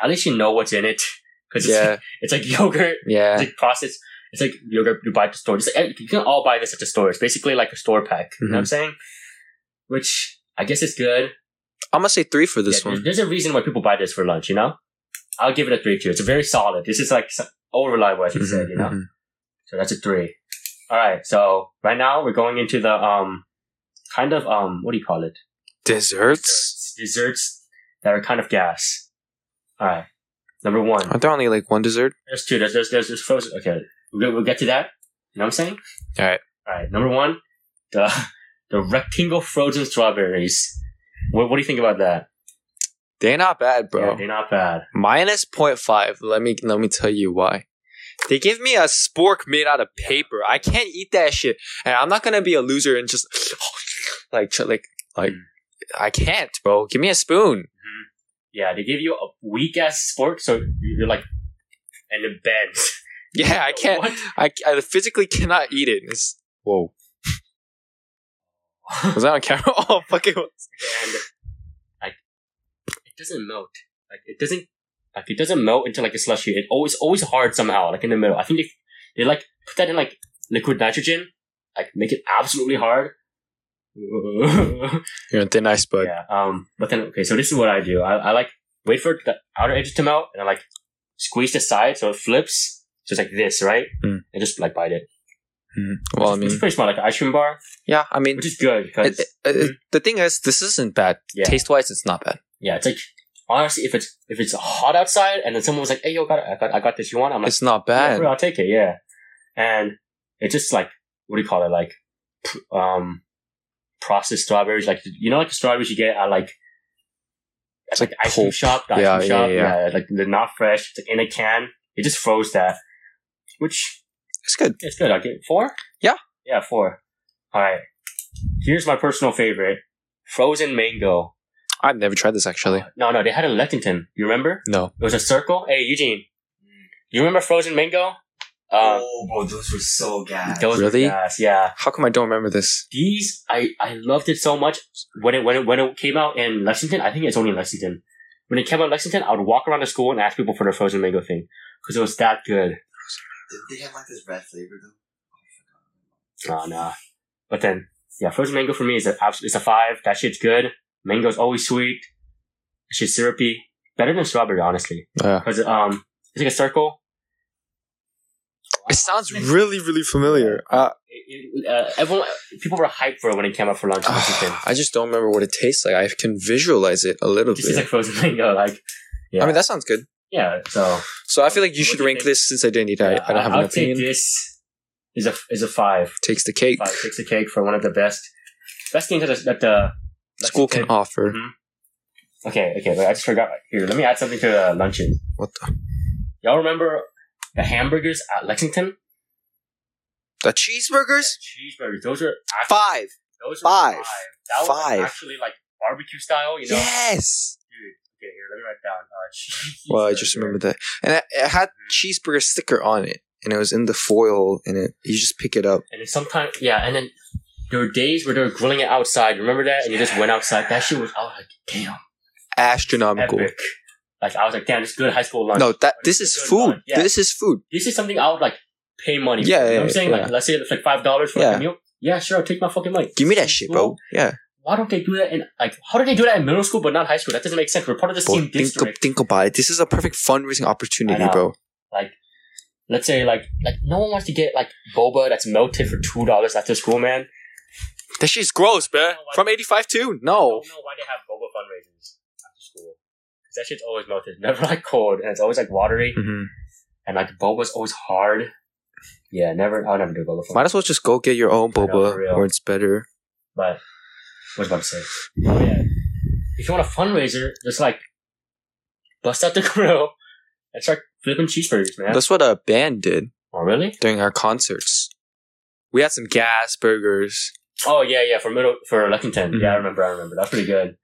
S2: at least you know what's in it because it's,
S3: Yeah.
S2: it's like yogurt.
S3: Yeah.
S2: It's like processed. It's like yogurt you buy at the store. It's like, you can all buy this at the store. It's basically like a store pack. You know
S3: Mm-hmm.
S2: what I'm saying? Which I guess is good.
S3: I'm gonna say three for this
S2: Yeah,
S3: one.
S2: There's a reason why people buy this for lunch, you know? I'll give it a three too. It's very solid. This is like s- all reliable, as you said, you know?
S3: Mhm,
S2: So that's a three. All right. So right now we're going into the, um, kind of, um, what do you call it? Desserts,
S3: Desserts?
S2: desserts that are kind of gas. All right. Number one.
S3: Aren't there only like one dessert?
S2: There's two. There's, there's, there's, there's frozen. Okay. We'll get, we'll get to that. You know what I'm saying?
S3: All right.
S2: All right. Number one, the, the rectangle frozen strawberries. What, what do you think about that?
S3: They're not bad, bro.
S2: Yeah, they're not bad.
S3: Minus 0.5. Let me let me tell you why. They give me a spork made out of paper. I can't eat that shit, and I'm not gonna be a loser and just
S2: Hmm.
S3: like ch- like like I can't, bro. Give me a spoon.
S2: Yeah, they give you a weak ass sport, so you're like, and it bends.
S3: Yeah, I can't.
S2: What?
S3: I, I physically cannot eat it. It's whoa. Was that on camera? Oh fucking!
S2: and like it doesn't melt. Like it doesn't like it doesn't melt into like a slushy. It always always hard somehow, like in the middle. I think they they like put that in like liquid nitrogen, like make it absolutely hard. yeah.
S3: You're on thin ice, bud.
S2: Um. But then okay, so this is what I do. I, I like wait for the outer edges to melt, and I like squeeze the side so it flips, just like this, right?
S3: Mm.
S2: And just like bite it.
S3: Well, I
S2: It's-
S3: mean,
S2: it's pretty smart, like an ice cream bar,
S3: yeah, I mean,
S2: which is good because
S3: it- it- it- the thing is, this isn't bad.
S2: Hmm? Yeah.
S3: Taste wise, it's not bad.
S2: Yeah, it's like honestly, if it's if it's hot outside and then someone was like, "Hey, yo, got I got I got this. You want?" it?" I'm like,
S3: It's not
S2: yeah,
S3: bad.
S2: bro, I'll take it. Yeah, and it's just like what do you call it? Like p- um, processed strawberries. Like you know, like the strawberries you get at like it's
S3: It's
S2: like
S3: like
S2: the ice cream
S3: pulp.
S2: shop, the
S3: Yeah,
S2: ice cream
S3: yeah,
S2: shop.
S3: yeah.
S2: Yeah, like they're not fresh. It's like in a can. It just froze that, which
S3: It's good.
S2: it's good. I'll give it four.
S3: Yeah.
S2: yeah, four. All right. Here's my personal favorite: frozen mango.
S3: I've never tried this actually.
S2: No, no, they had it in Lexington. You remember?
S3: No.
S2: It was a circle. Hey, Eugene, you remember Frozen Mango?
S3: Uh,
S2: Um,
S4: oh, bro, those were so gas.
S2: those were
S3: Really?
S2: gas, yeah.
S3: How come I don't remember this?
S2: These, I, I loved it so much. When it, when it when it came out in Lexington, I think it's only in Lexington. When it came out in Lexington, I would walk around the school and ask people for their Frozen Mango thing because it was that good.
S4: Did they have like this red flavor though?
S2: Nah, nah. But then, yeah, Frozen Mango for me is a abs- it's a five. That shit's good. Mango's always sweet. That shit's syrupy. Better than strawberry, honestly,
S3: Yeah.
S2: because um, it's like a circle.
S3: It sounds really, really familiar. Uh,
S2: it- it- uh, everyone, people were hyped for it when it came out for lunch. in Washington.
S3: I just don't remember what it tastes like. I can visualize it a little
S2: It just tastes
S3: bit.
S2: like frozen mango. Like, yeah,
S3: I mean, that sounds good.
S2: yeah. So
S3: So I feel like you
S2: What
S3: should
S2: do you
S3: rank
S2: think?
S3: this since I didn't eat. I, I don't have
S2: I'll
S3: an opinion.
S2: take this is a is a five.
S3: Takes the cake.
S2: Five takes the cake for one of the best best things that the, that the
S3: School can
S2: Lexington-
S3: offer.
S2: Okay, okay. But I just forgot. Here, let me add something to the luncheon.
S3: What the?
S2: Y'all remember the hamburgers at Lexington? Mm-hmm.
S3: The cheeseburgers?
S2: Cheeseburgers. Those are actually,
S3: Five.
S2: Those
S3: Five.
S2: Were That was like,
S3: Five.
S2: actually like barbecue style. You know.
S3: Yes.
S2: Okay, here, let me write down. Uh, cheese
S3: Well, I just remember that, and it, it had
S2: Mm-hmm.
S3: cheeseburger sticker on it, and it was in the foil, and it you just pick it up.
S2: And then sometimes, yeah, and then there were days where they were grilling it outside. Remember that? And you just went outside. That shit was, I was like, damn,
S3: Astronomical.
S2: epic. Like, I was like, damn, this is good high school lunch.
S3: No, that
S2: Like,
S3: this
S2: it's
S3: is
S2: good
S3: food.
S2: lunch. Yeah.
S3: This is food.
S2: This is something I would, like, pay money for.
S3: Yeah,
S2: You know
S3: yeah,
S2: what I'm saying?
S3: yeah.
S2: Like, let's say it's like $5 for like,
S3: Yeah.
S2: a meal. Yeah, sure, I'll take my fucking money.
S3: Give me that shit, bro. Yeah.
S2: Why don't they do that in, like, how do they do that in middle school but not high school? That doesn't make sense. We're part of the
S3: Bro,
S2: same
S3: think,
S2: district.
S3: think about it. This is a perfect fundraising opportunity,
S2: I know.
S3: bro.
S2: Let's say, like, like no one wants to get, like, boba that's melted for $2 after school, man.
S3: That shit's gross, bro. From eighty five to
S2: I
S3: no.
S2: don't know why they have boba fundraisers after school. 'Cause that shit's always melted, never like cold, and it's always like watery,
S3: Mhm.
S2: and like boba's always hard. Yeah, never. I'll never do boba
S3: Might
S2: fundraiser.
S3: as well just go get your own
S2: I know, for
S3: boba,
S2: real.
S3: or it's better.
S2: But what was I about to say? Oh yeah, if you want a fundraiser, just like bust out the grill and start flipping cheeseburgers, man.
S3: That's what a band did
S2: oh really?
S3: during our concerts. We had some gas burgers,
S2: Oh yeah, yeah. For middle for Lexington. Yeah, I
S3: Mhm.
S2: remember. I remember. That's pretty good.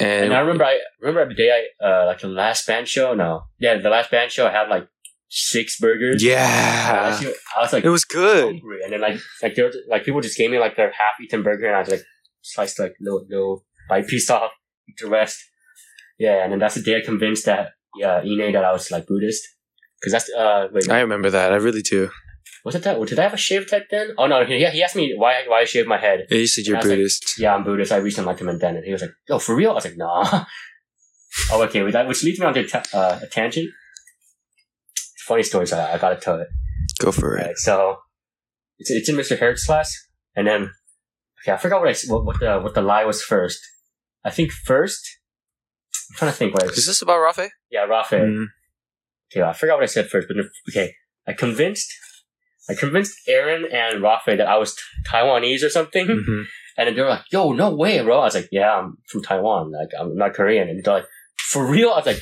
S3: and,
S2: And I remember, I remember the day I uh, like the last band show. No, yeah, the last band show I had like six burgers. I
S3: yeah,
S2: was, I was like,
S3: Uh, it was good.
S2: hungry, and then like like there was, like people just gave me like their half eaten burger, and I was like sliced like little little bite piece off, eat the rest. Yeah, and then that's the day I convinced that uh, Ine that I was like Buddhist, because that's uh wait
S3: I remember that. I really do.
S2: was it that did I have a shaved head then? Oh no, he, he asked me why why I shaved my head.
S3: Yeah, you said you're
S2: And I was like,
S3: Buddhist.
S2: Yeah, I'm Buddhist. I reached him like him and then, and he was like, "Oh, for real?" I was like, "Nah." oh, okay. With that, which leads me on to a ta- uh, a tangent. Funny story, so I, I gotta tell it.
S3: Go for it.
S2: Right, so it's, it's in Mr. Harrod's class, and then okay, I forgot what I s- what, what the what the lie was first. I think first. I'm trying to think what. I,
S3: Is this about Rafe?
S2: yeah, Rafa.
S3: Mm.
S2: Okay, I forgot what I said first, but no- okay, I convinced. I convinced Aaron and Rafa that I was t- Taiwanese or something,
S3: Mhm.
S2: and then they were like, "Yo, no way, bro!" I was like, "Yeah, I'm from Taiwan. Like, I'm not Korean." And they're like, "For real?" I was like,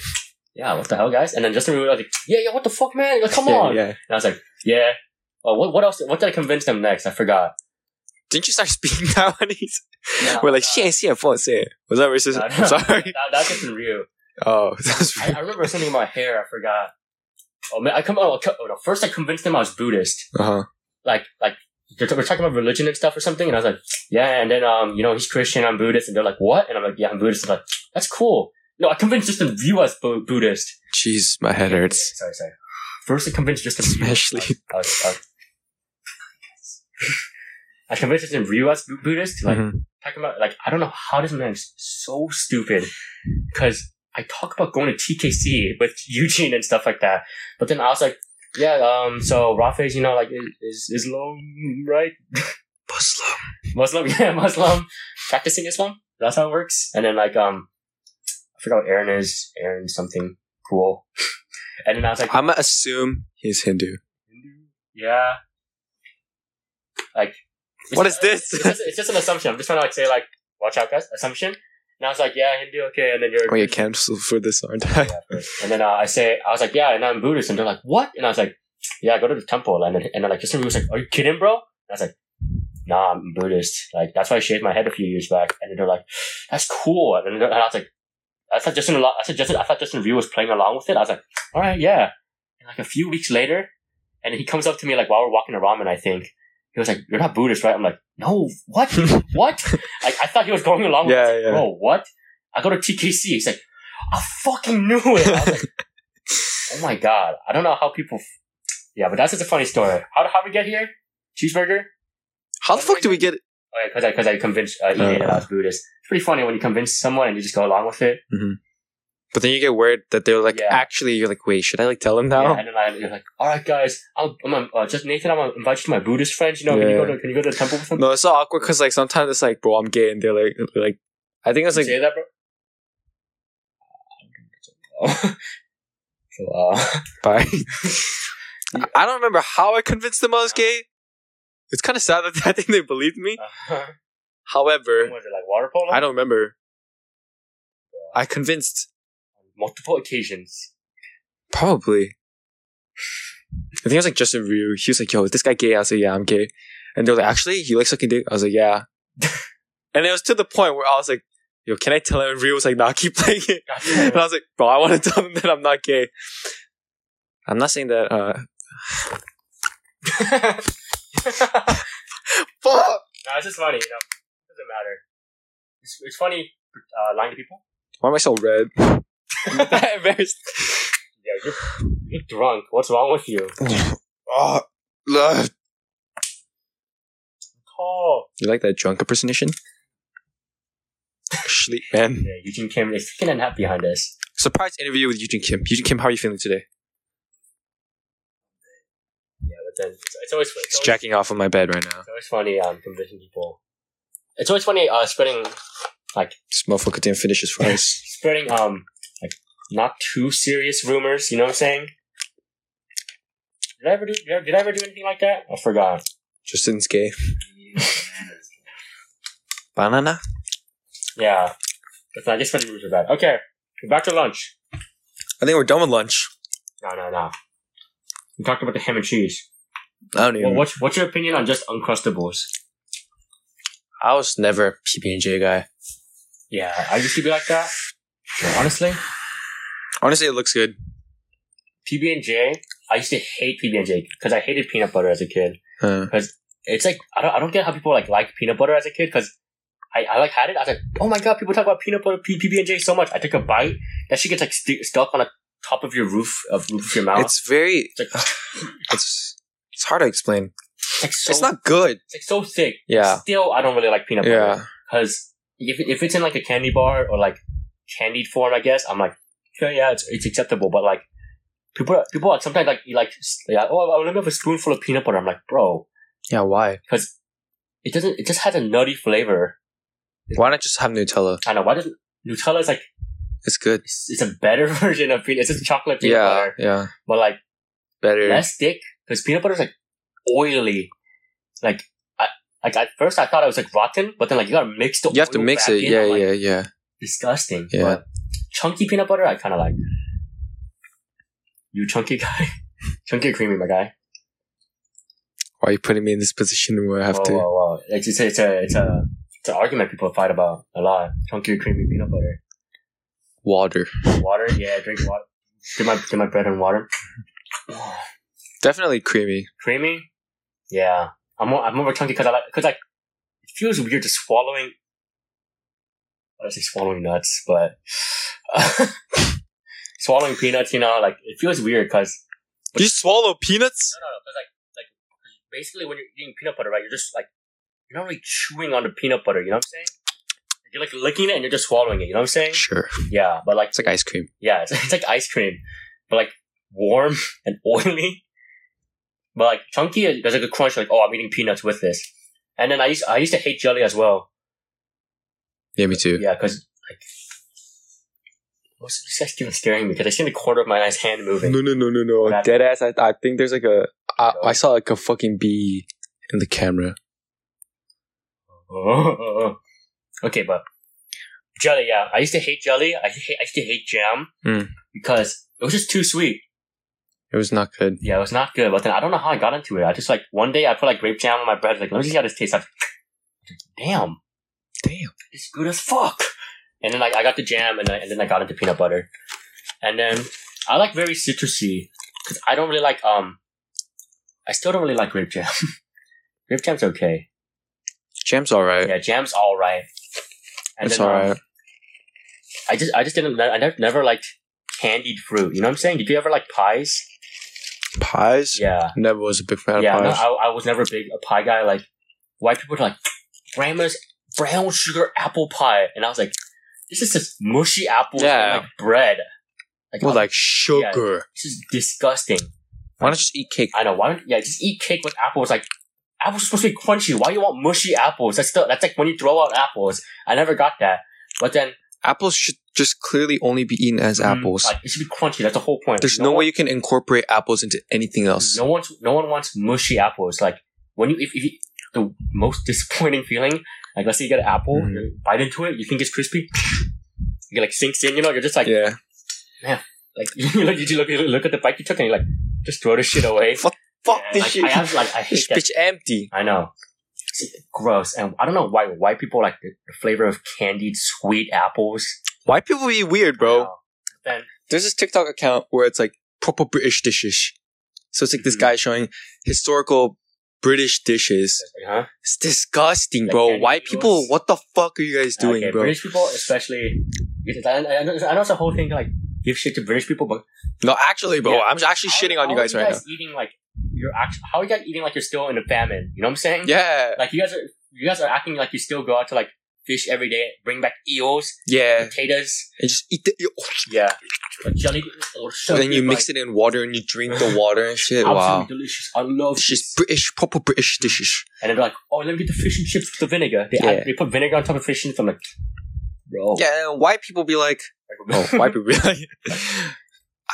S2: "Yeah, what the hell, guys?" And then Justin Rubin was like, "Yeah, yeah, what the fuck, man? Like, come
S3: Yeah,
S2: on!"
S3: Mm-hmm. yeah.
S2: And I was like, yeah. Oh, what, what else? What did I convince them next? I forgot.
S3: Didn't you start speaking Taiwanese?
S2: No,
S3: We're like,
S2: no.
S3: shit, shit, fuck, shit. Was that racist?
S2: No, no.
S3: I'm sorry.
S2: That, that's just in Rio.
S3: Oh, that was
S2: I, I
S3: weird.
S2: remember something about hair. I forgot. Oh man, I come. Oh, co- oh no! First, I convinced them I was Buddhist.
S3: Uh huh.
S2: Like, like they're, we're talking about religion and stuff or something, and I was like, yeah. And then, um, you know, he's Christian. I'm Buddhist, and they're like, what? And I'm like, yeah, I'm Buddhist. And they're like, that's cool. No, I convinced just them you as Bu- Buddhist.
S3: Jeez, my head hurts.
S2: Sorry, sorry. First, I convinced just them.
S3: Especially-
S2: I, was, I, was- I convinced just them you as Bu- Buddhist. Like,
S3: Mhm.
S2: talking about like I don't know how this man is so stupid because I talk about going to TKC with Eugene and stuff like that, but then I was like, yeah, um, so Rafi's you know like is- is Islam right?
S4: Muslim.
S2: Muslim, yeah, Muslim, practicing Islam. That's how it works. And then like um, I forgot what Aaron is. Aaron something cool. And then I was like,
S3: I'm gonna assume he's Hindu.
S2: Hindu? Yeah. Like, it's-
S3: What is this?
S2: It's just, it's just an assumption. I'm just trying to like say like, watch out, guys. Assumption. And I was like, yeah, Hindu, okay. And then you're.
S3: I'm gonna get canceled for this, aren't I?
S2: And then uh, I say, I was like, yeah, and I'm Buddhist. And they're like, what? And I was like, yeah, go to the temple. And then, and then like, Justin was like, are you kidding, bro? And I was like, nah, I'm Buddhist. Like, that's why I shaved my head a few years back. And then they're like, that's cool. And, then, and I was like, I thought Justin, a lot- I said Justin, I thought Justin Ryu was playing along with it. I was like, all right, yeah. And like a few weeks later, and he comes up to me like while we're walking to ramen, I think. He was like, "You're not Buddhist, right?" I'm like, "No, what? what?" Like, I thought he was going along. with
S3: Yeah,
S2: it. Like,
S3: yeah.
S2: Bro, what? I go to TKC. He's like, "I fucking knew it." I was like, "Oh my god!" I don't know how people. Yeah, but that's just a funny story. How how we get here? Cheeseburger.
S3: How the fuck do we get?
S2: Okay, because I because I convinced uh, EA that I was Buddhist. It's pretty funny when you convince someone and you just go along with it.
S3: But then you get worried that they're like,
S2: Yeah.
S3: actually, you're like, wait, should I like tell him now?
S2: Yeah, and then I, you're like, "All right, guys, I'm, I'm uh, just Nathan. I'm gonna invite you to my Buddhist friends. You know, can you go
S3: Yeah.
S2: to can you go to the temple with them?
S3: No, it's so awkward because like sometimes it's like, bro, I'm gay, and they're like, they're like, I think it's
S2: Did
S3: like,
S2: you say that, bro? I don't think so. No. so, uh,
S3: bye. I don't remember how I convinced them I was gay. It's kind of sad that I think they believed me. However,
S2: was it like water polo?
S3: I don't remember. I convinced
S2: Multiple occasions.
S3: probably. I think it was like Justin Ryu. He was like, "Yo, is this guy gay?" I was like, "Yeah, I'm gay." And they're like, "Actually, you like sucking dick?" I was like, "Yeah." and it was to the point where I was like, "Yo, can I tell him?" And Ryu was like, "Nah, keep playing it."
S2: Goddamn.
S3: and I was like, bro, I want to tell them that I'm not gay. I'm not saying that. Uh, fuck.
S2: no, it's just funny, you know. It doesn't matter. It's, it's funny uh, lying to people.
S3: Why am I so red? I'm that embarrassed.
S2: Yeah, you're, you're drunk. What's wrong with you?
S3: Oh, ugh.
S2: Oh.
S3: you like that drunk impersonation? Sleep, man.
S2: Yeah, Eugene Kim is taking a nap behind us.
S3: Surprise interview with Eugene Kim. Eugene Kim, how are you feeling today?
S2: Yeah, but then it's, it's always it's
S3: He's
S2: always,
S3: jacking off on my bed right now.
S2: it's always funny um, convincing people. It's always funny uh, spreading
S3: This motherfucker didn't finish his fries.
S2: spreading um like not too serious rumors. You know what I'm saying? Did I ever do? Did I, did I ever do anything like that? I forgot.
S3: Justin's gay.
S4: Bananas.
S3: Banana?
S2: Yeah, that's not. I guess my rumors are bad. Okay, back to lunch.
S3: I think we're done with lunch.
S2: No, no, no. We talked about the ham and cheese.
S3: I don't even.
S2: Well, what's what's your opinion on just uncrustables?
S3: I was never a PB and J guy.
S2: Yeah, I used to be like that. But honestly,
S3: Honestly, it looks good.
S2: PB and J. I used to hate PB and J because I hated peanut butter as a kid.
S3: Uh,
S2: it's like I don't, I don't get how people like like peanut butter as a kid because I, I like had it. I was like, oh my god, people talk about peanut butter P- PB and J so much. I took a bite, that shit gets like st- stuck on the top of your roof of roof of your mouth. It's,
S3: it's very
S2: like,
S3: it's it's hard to explain.
S2: it's like so
S3: it's not good.
S2: it's like so thick.
S3: Yeah.
S2: Still, I don't really like peanut butter
S3: Yeah.
S2: because if if it's in like a candy bar or like candied form, I guess I'm like, okay, yeah, it's it's acceptable. But like people people like sometimes like you like s- yeah, oh, let me have a spoonful of peanut butter. I'm like, bro,
S3: Yeah, why?
S2: because it doesn't. It just has a nutty flavor.
S3: Why not just have Nutella?
S2: I know why does Nutella is like
S3: It's good.
S2: it's, it's a better version of peanut. It's just chocolate peanut
S3: Yeah,
S2: butter,
S3: yeah.
S2: but like
S3: Better.
S2: less thick because peanut butter is like oily. Like I like at first I thought it was like rotten, but then like you gotta mix the
S3: you have to
S2: oil
S3: mix
S2: back
S3: it.
S2: in.
S3: Yeah,
S2: I'm like,
S3: yeah, yeah.
S2: Disgusting.
S3: Yeah.
S2: But chunky peanut butter I kind of like. You chunky guy, chunky or creamy, my guy.
S3: Why are you putting me in this position where I have
S2: whoa,
S3: to?
S2: whoa, whoa! It's it's a it's a it's a it's an argument people fight about a lot. Chunky or creamy peanut butter.
S3: water.
S2: Water, yeah, drink water. Get my get my bread and water.
S3: Definitely creamy.
S2: Creamy, yeah. I'm more, I'm over chunky because I like because like it feels weird just swallowing. I say swallowing nuts, but swallowing peanuts, you know, like it feels weird because
S3: You swallow peanuts?
S2: No, no, no. Because like, like basically when you're eating peanut butter, right? You're just like you're not really chewing on the peanut butter. You know what I'm saying? Like, You're like licking it and you're just swallowing it. You know what I'm saying?
S3: Sure.
S2: Yeah, but like
S3: It's like ice cream.
S2: yeah, it's, it's like ice cream, but like warm and oily. But like chunky, it- there's like a crunch. Like oh, I'm eating peanuts with this. And then I used I used to hate jelly as well.
S3: Yeah, me too.
S2: Yeah, because like. What's this guy's even staring at me? Because I seen the corner of my eye's hand moving.
S3: No, no, no, no, no.
S2: That-
S3: Dead ass. I, I think there's like a. I, I saw like a fucking bee in the camera.
S2: okay, but jelly. Yeah, I used to hate jelly. I hate, I used to hate jam
S3: Mm.
S2: because it was just too sweet.
S3: It was not good.
S2: Yeah, it was not good. But then I don't know how I got into it. I just like one day I put like grape jam on my bread. Like let me see how this tastes. I was like, damn,
S3: Damn.
S2: it's good as fuck. And then like I got the jam, and, I, and then I got into peanut butter, and then I like very citrusy because I don't really like um. I still don't really like grape jam. grape jam's okay.
S3: Jam's alright.
S2: Yeah, jam's all right. And
S3: it's
S2: then, um,
S3: alright.
S2: I just I just didn't I never, never liked candied fruit. You know what I'm saying? Did you ever like pies?
S3: Pies?
S2: Yeah,
S3: Never was a big fan
S2: yeah.
S3: of
S2: No,
S3: pies.
S2: I, I was never a big a pie guy. Like white people are like grandma's brown sugar apple pie, and I was like, this is just mushy apples
S3: Yeah.
S2: and like bread. Like,
S3: well,
S2: I'm-
S3: like sugar.
S2: this is disgusting.
S3: Why not just eat cake?
S2: I know. Why don't yeah just eat cake with apples? Like apples are supposed to be crunchy. Why you want mushy apples? That's the, that's like when you throw out apples. I never got that. But then
S3: Apples should just clearly only be eaten as
S2: mm,
S3: apples.
S2: like, it should be crunchy. That's the whole point.
S3: There's no,
S2: one-
S3: way you can incorporate apples into anything else.
S2: No one, no one wants mushy apples. Like when you, if, if you, the most disappointing feeling, like let's say you get an apple,
S3: Mhm.
S2: you bite into it, you think it's crispy, you like sinks in, you know, you're just like,
S3: yeah.
S2: like you look, you look, you look at the bite you took and you like just throw the shit away.
S3: Fuck Fuck
S2: And,
S3: this
S2: like,
S3: shit.
S2: I have like I hate
S3: this
S2: that.
S3: bitch empty.
S2: I know. It's gross, and I don't know why white people like the, the flavor of candied sweet apples, Oh,
S3: White people be weird, bro.
S2: Then
S3: There's this TikTok account where it's like proper British dishes. So it's like this
S2: Mhm.
S3: guy showing historical British dishes.
S2: huh?
S3: It's disgusting,
S2: Like
S3: bro.
S2: candy
S3: White
S2: noodles.
S3: people, what the fuck are you guys doing,
S2: okay,
S3: bro?
S2: British people, especially, I, I, I know I know it's a whole thing to like give shit to British people, but
S3: No, actually, bro,
S2: Yeah.
S3: I'm actually
S2: How-
S3: shitting on you
S2: how
S3: guys
S2: are
S3: right now.
S2: Eating like you're act- how are you guys eating like you're still in a famine? You know what I'm saying?
S3: Yeah,
S2: Like you guys are you guys are acting like you still go out to like fish every day, bring back eels,
S3: yeah.
S2: potatoes,
S3: And just eat the.
S2: yeah, like jelly. Oh, Or
S3: And then you mix it in water and you drink the water and shit. Wow.
S2: Absolutely delicious. I love
S3: It's
S2: this.
S3: just British, proper British dishes.
S2: And they're like, oh, let me get the fish and chips with the vinegar. They
S3: Yeah.
S2: add, they put vinegar on top of fish and chips. I'm like, bro.
S3: Yeah, and white people be like, oh, white people be like.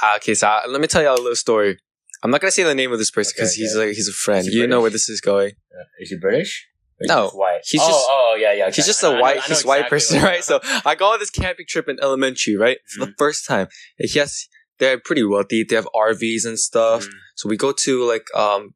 S3: Ah, okay, so I, let me tell y'all a little story. I'm not gonna say the name of this person because
S2: Okay,
S3: he's like he's a friend.
S2: Is
S3: You
S2: he
S3: know
S2: British?
S3: where this is going.
S2: Uh, Is he British? Or is
S3: No,
S2: he just white.
S3: he's
S2: oh,
S3: just-
S2: oh yeah yeah.
S3: He's
S2: okay.
S3: just
S2: I
S3: a
S2: know- I know-
S3: white,
S2: I know
S3: he's white
S2: exactly
S3: person,
S2: what-
S3: right? So I go on this camping trip in elementary, right? For
S2: Mm-hmm.
S3: the first time. And yes, they're pretty wealthy. They have RVs and stuff.
S2: Mhm.
S3: So we go to like um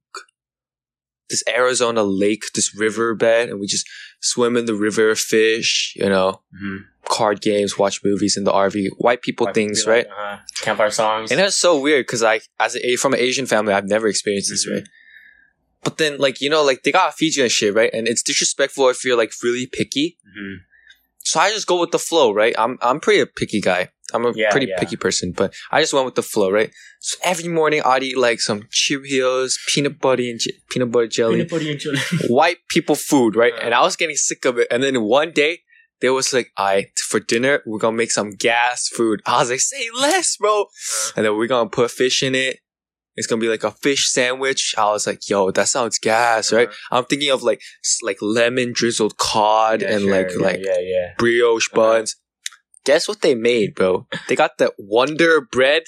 S3: this Arizona lake, this
S2: Mm-hmm.
S3: riverbed, and we just swim in the river, fish, you know,
S2: Mhm.
S3: card games, watch movies in the RV, white people
S2: White
S3: things,
S2: people,
S3: right?
S2: uh-huh. Campfire songs.
S3: And that's so weird because like as a from an Asian family, I've never experienced this,
S2: Mhm.
S3: right?
S2: Mm-hmm.
S3: But then like you know, like they got Fiji and shit, right? And it's disrespectful if you're like really picky.
S2: Mhm.
S3: So I just go with the flow, right? I'm I'm pretty a picky guy. I'm a
S2: Yeah,
S3: pretty
S2: yeah.
S3: picky person, but I just went with the flow, right? So every morning I'd eat like some Cheerios, peanut butter and j- peanut butter jelly,
S2: Peanut butter and jelly.
S3: white people food, right?
S2: Yeah.
S3: And I was getting sick of it. And then one day, they was like, all right, for dinner, we're gonna make some gas food. I was like, say less, bro. And then we're gonna put fish in it. It's gonna be like a fish sandwich. I was like, yo, that sounds gas, right? I'm thinking of like s- like lemon drizzled cod
S2: Yeah,
S3: and
S2: sure,
S3: like
S2: yeah,
S3: like
S2: yeah, yeah.
S3: brioche
S2: Uh-huh.
S3: buns. Guess what they made, bro? They got the wonder bread,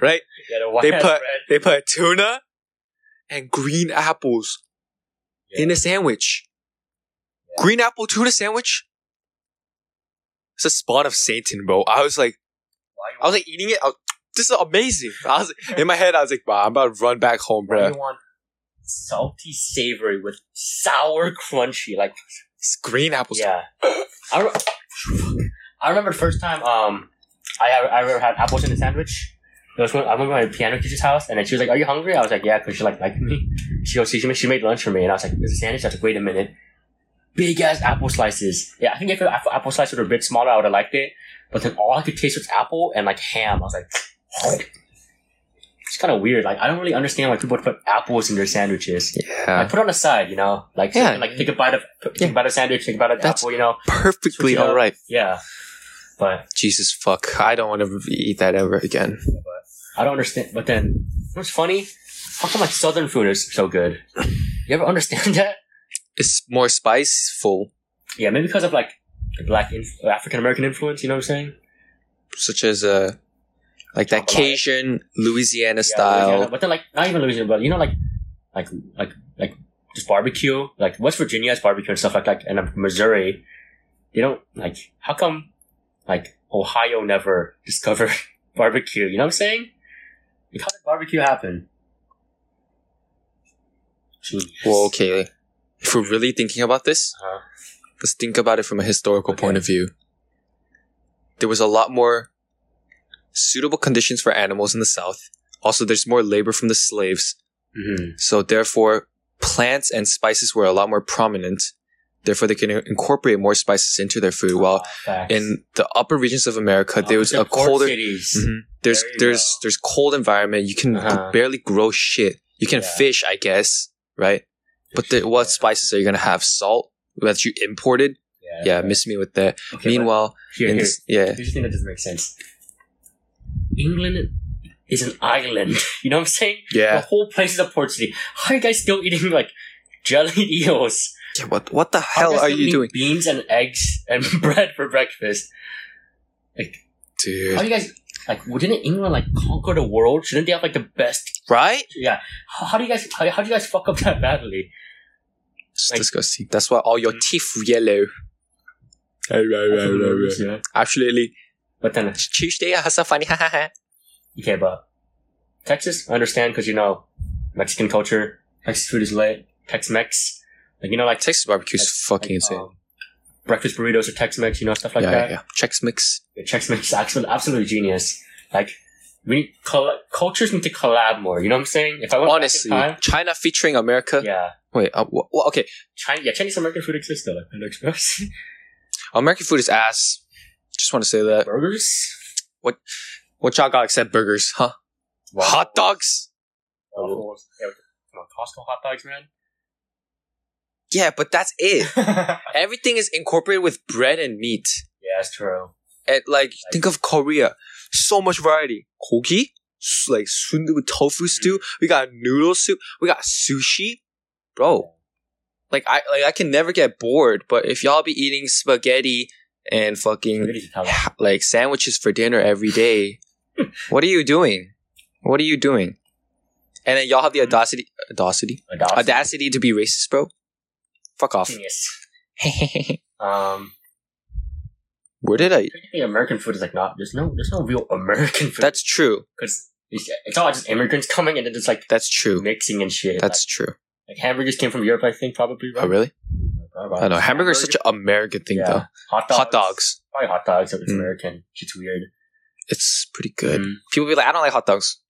S3: right?
S2: yeah the white
S3: They put-
S2: bread.
S3: They put tuna and green apples
S2: Yeah.
S3: in a sandwich.
S2: Yeah.
S3: Green apple tuna sandwich. It's a spawn of Satan, bro. I was like,
S2: Why you
S3: I was
S2: want-
S3: like eating it. I was, this is amazing. I was in my head. I was like, wow, I'm about to run back home,
S2: why
S3: bro.
S2: you want salty savory with sour crunchy like
S3: It's green apples.
S2: yeah. I, re- I remember the first time um I have I ever had apples in a sandwich. There was one, I remember my piano teacher's house, and then she was like, "Are you hungry?" I was like, "Yeah," because she like liked me. She goes, she, she made lunch for me, and I was like, "There's a sandwich." I was like, "Wait a minute, big ass apple slices." Yeah, I think if the apple, apple slices were a bit smaller, I would have liked it. But then all I could taste was apple and like ham. I was like, it's kind of weird. Like I don't really understand why people would put apples in their sandwiches. I
S3: Yeah.
S2: put it on the side, you know, like
S3: Yeah.
S2: like take a bite of take a
S3: Yeah.
S2: bite of sandwich, take a bite of
S3: That's-
S2: apple, you know, Switch
S3: Perfectly
S2: it up.
S3: all right.
S2: yeah. But
S3: Jesus fuck. I don't want to eat that ever again.
S2: I don't understand. But then, what's funny? How come like Southern food is so good? You ever understand that?
S3: It's more spiceful,
S2: Yeah, maybe because of like the black inf- African American influence. You know what I'm saying?
S3: such as uh, like that
S2: Jambalaya.
S3: Cajun Louisiana
S2: Yeah,
S3: style.
S2: Louisiana. But then like not even Louisiana, but you know like like like like just barbecue. Like West Virginia has barbecue and stuff like that, and uh, Missouri, they don't like. How come like Ohio never discovered barbecue? You know what I'm saying? Like, how did barbecue happen? Shoot.
S3: Well, okay. If we're really thinking about this,
S2: Uh-huh.
S3: let's think about it from a historical
S2: Okay.
S3: point of view. There was a lot more suitable conditions for animals in the South. Also, there's more labor from the slaves.
S2: Mhm.
S3: So, therefore, plants and spices were a lot more prominent. Therefore, they can incorporate more spices into their food. While
S2: Facts.
S3: in the upper regions of America, there was
S2: Opposite
S3: a colder.
S2: cities.
S3: Mhm. There's
S2: There you
S3: there's
S2: go.
S3: there's cold environment. You can
S2: Uh-huh.
S3: barely grow shit. You can
S2: Yeah.
S3: fish, I guess, right? But the, what spices are you gonna have? Salt that you imported? Yeah, miss me with that.
S2: Okay,
S3: Meanwhile,
S2: but here,
S3: in
S2: here.
S3: this, yeah,
S2: Here's the thing that doesn't make sense. England is an island. You know what I'm saying? The
S3: yeah,
S2: whole place is a port city. How are you guys still eating like jellied eels?
S3: yeah. What what the
S2: How
S3: hell
S2: guys
S3: are
S2: still
S3: you
S2: eating
S3: doing,
S2: Beans and eggs and bread for breakfast. How
S3: dude?
S2: you guys like? well, Didn't England like conquer the world? Shouldn't they have like the best?
S3: Right?
S2: Yeah. How, how do you guys? How, how do you guys fuck up that badly?
S3: It's
S2: Like-
S3: disgusting. That's why all your
S2: Mhm.
S3: teeth yellow.
S2: Yeah.
S3: Absolutely.
S2: But then
S3: Tuesday, I have so funny.
S2: Okay, but Texas, I understand because you know Mexican culture, Texas food is lit, Tex-Mex, like you know, like
S3: Texas barbecue is
S2: Tex-
S3: fucking
S2: like,
S3: insane.
S2: um, breakfast burritos or Tex-Mex, you know, stuff like
S3: yeah,
S2: that.
S3: yeah, yeah. Chex mix.
S2: The Tex-Mex is absolutely, absolutely genius. Like we need coll- cultures need to collab more. You know what I'm saying? If I went back in
S3: Honestly,
S2: time-
S3: China featuring America.
S2: yeah,
S3: Wait, uh, wh- wh- okay.
S2: China, yeah, Chinese American food exists though, like Panda Express
S3: American food is ass. Just want to say that.
S2: burgers,
S3: What y'all got except burgers, huh? Hot dogs.
S2: waffles, Oh, yeah, with- come on, Costco hot dogs, man.
S3: Yeah, but that's it.
S2: yeah,
S3: Everything is incorporated with bread and meat.
S2: that's true.
S3: And like, think of Korea. So much variety. Kogi, S- like sundu with tofu stew. We got noodle soup. We got sushi, bro. Like I like I can never get bored. But if y'all be eating spaghetti and fucking
S2: Spaghetti's Italian.
S3: ha- like sandwiches for dinner every day. what are you doing? What are you doing? And then y'all have
S2: Hmm?
S3: the audacity, audacity,
S2: Adopt-
S3: audacity to be racist, bro. Fuck off.
S2: Genius. Um,
S3: Where did I?
S2: technically, American food is like not. There's no. There's no real American food.
S3: That's true.
S2: because it's, it's all just immigrants coming and then just like
S3: That's true.
S2: mixing and shit.
S3: That's true.
S2: like, like hamburgers came from Europe, I think, probably. Right?
S3: Oh, really?
S2: Probably.
S3: I don't know. Hamburger is such an American thing,
S2: Yeah. hot
S3: though.
S2: dogs.
S3: Hot dogs.
S2: Probably hot dogs. It's
S3: Mm.
S2: American. It's weird.
S3: It's pretty good.
S2: Mm.
S3: People be like, I don't like hot dogs.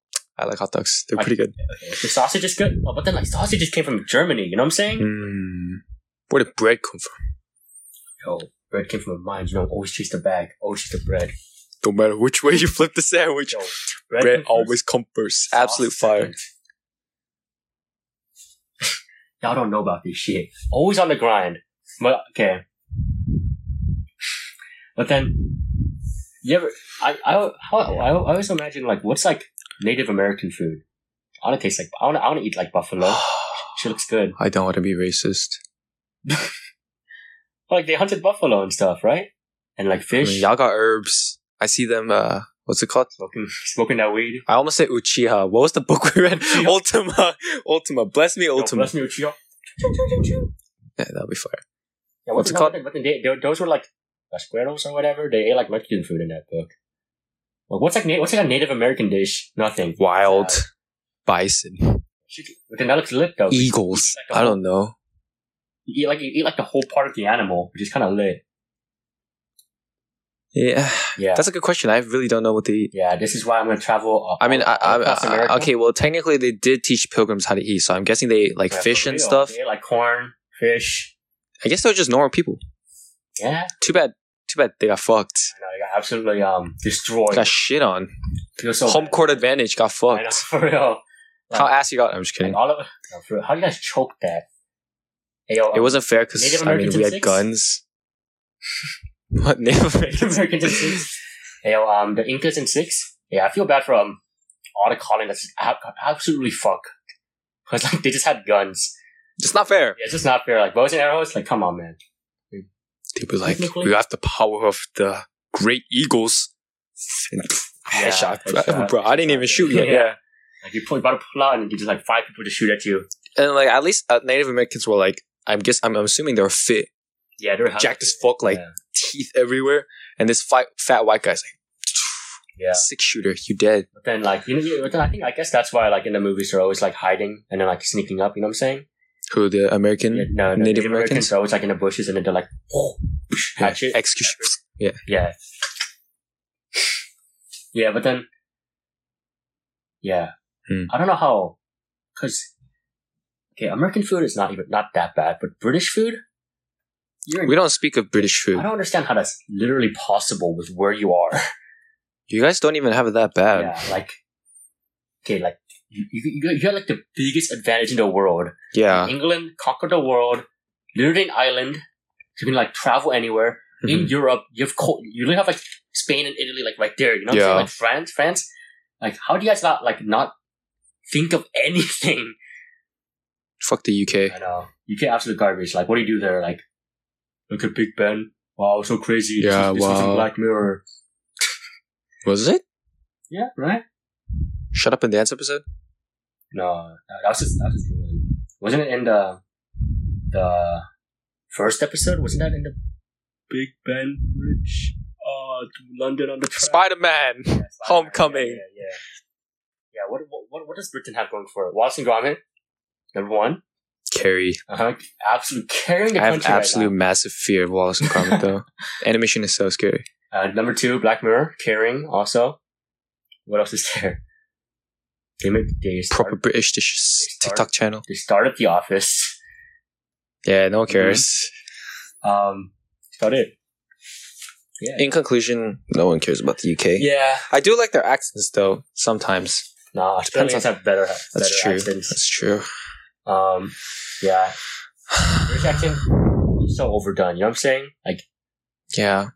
S3: I like hot dogs. They're
S2: I-
S3: pretty good.
S2: Okay. The sausage is good, oh, but then like sausage just came from Germany. You know what I'm saying?
S3: Mm. Where did bread come from?
S2: Yo, bread came from a mine. You know, always chase the bag. Always chase the bread.
S3: Don't matter which way you flip the sandwich.
S2: Yo,
S3: Bread
S2: comes first,
S3: always comes first.
S2: sauce
S3: Absolute fire.
S2: second. Y'all don't know about this shit. Always on the grind. But okay. But then, you ever? I I how, I, I always imagine like what's like Native American food. I want to taste like I want I want to eat like buffalo. she looks good.
S3: I don't want to be racist.
S2: Like they hunted buffalo and stuff, right? And like
S3: I
S2: fish,
S3: mean, y'all got herbs. I see them. Uh, what's it called?
S2: smoking smoking that weed.
S3: I almost said Uchiha. What was the book we read?
S2: Uchiha.
S3: Ultima. Ultima. Bless me,
S2: Yo,
S3: Ultima.
S2: bless me, Uchiha.
S3: Yeah, that'll be fire.
S2: Yeah, what's
S3: What's it
S2: it called? But then they, they- those were like pasqueros or whatever. They ate like Mexican food in that book. Like, what's like na- what's like a Native American dish? Nothing.
S3: Wild
S2: Uh,
S3: bison,
S2: She, but then that looks lit though.
S3: eagles.
S2: like a-
S3: I don't know.
S2: You eat like you eat like the whole part of the animal, which is kind of lit.
S3: Yeah,
S2: Yeah.
S3: that's a good question. I really don't know what they eat.
S2: yeah, this is why I'm going to travel. Uh,
S3: I mean, I, I,
S2: all across
S3: I,
S2: America.
S3: okay. Well, technically, they did teach pilgrims how to eat, so I'm guessing they ate, like
S2: Yeah,
S3: fish
S2: for
S3: and
S2: real,
S3: stuff.
S2: dude, like corn, fish.
S3: I guess they're just normal people.
S2: Yeah,
S3: Too bad. Too bad they got fucked.
S2: I know. They got absolutely um destroyed.
S3: Got shit on.
S2: Feel so
S3: Home
S2: bad.
S3: court advantage got
S2: I know
S3: fucked.
S2: for real.
S3: How ass you got? I'm just
S2: Like
S3: kidding.
S2: all of no, for real. how do you guys choke that? Ayo,
S3: It wasn't fair because
S2: Native
S3: I mean
S2: Americans
S3: we
S2: in
S3: had
S2: six?
S3: guns. what Native
S2: Native
S3: Americans?
S2: um, Americans in six. Ayo, um, the Incas in six. Yeah, I feel bad for um all the colonies that's ab- absolutely fucked because like they just had guns.
S3: It's not fair.
S2: Yeah, it's just not fair. Like bows and arrows. Like come on, man.
S3: They were like,
S2: Technically-
S3: we have the power of the great eagles. And
S2: Yeah,
S3: headshot,
S2: headshot,
S3: bro. I didn't
S2: headshot.
S3: even shoot yet.
S2: Yeah.
S3: yeah.
S2: Like you pull, you about to pull out and you just like five people to shoot at you.
S3: And like at least uh, Native Americans were like, I'm guess I'm, I'm assuming they were fit,
S2: Yeah, they're
S3: jacked as fuck, like
S2: Yeah.
S3: teeth everywhere. And this fat, fat white guy's like,
S2: yeah.
S3: six shooter, you dead.
S2: But then, like, you know, you- but then I think I guess that's why, like, in the movies, they're always like hiding and then like sneaking up. You know what I'm saying?
S3: Who the American?
S2: Yeah, no, no,
S3: Native
S2: Native, Americans?
S3: Americans?
S2: are always like in the bushes and then they're like hatchet. Yeah.
S3: Execution.
S2: yeah, but then, yeah,
S3: Hmm.
S2: I don't know how, because okay, American food is not even not that bad, but British food, you're in,
S3: We don't speak of British
S2: I
S3: food.
S2: don't understand how that's literally possible with where you are.
S3: You guys don't even have it that bad.
S2: yeah, like okay, like you you you have like the biggest advantage in the world.
S3: Yeah.
S2: England conquered the world, literally an island. You can like travel anywhere. In
S3: Mhm.
S2: Europe, you have co- you literally have like Spain and Italy like right there. You know what I'm
S3: Yeah.
S2: saying? Like France, France. Like how do you guys not like not think of anything?
S3: Fuck the UK.
S2: I know UK absolute garbage. Like what do you do there? Like look at Big Ben. Wow, so crazy. This
S3: Yeah,
S2: is- this is in
S3: wow.
S2: Black Mirror.
S3: Was it?
S2: Yeah, right.
S3: Shut up and dance episode?
S2: No, that that was just that was just England. Wasn't it in the the first episode? Wasn't that in the Big Ben Bridge? Uh, to London on the track?
S3: Spider Man.
S2: Yeah, Spider-Man.
S3: Homecoming.
S2: Yeah, yeah. yeah. Yeah, what, what- what what does Britain have going for it? Wallace and Gromit, number one.
S3: Carrie.
S2: Uh huh. Absolute carrying the
S3: I have
S2: country
S3: absolute
S2: right
S3: massive fear of Wallace and Gromit though. Animation is so scary.
S2: now. Uh, number two, Black Mirror, carrying also. What else is there? They made they
S3: Proper
S2: started,
S3: British dishes.
S2: They start-
S3: TikTok channel.
S2: they started the office.
S3: Yeah, no one cares.
S2: Um, that's about it. Yeah.
S3: In conclusion, no one cares about the UK.
S2: Yeah.
S3: I do like their accents though, sometimes.
S2: No, Australians have better, better
S3: That's true.
S2: accents.
S3: That's true.
S2: Um, yeah. British accent, so overdone. You know what I'm saying? Like,
S3: Yeah.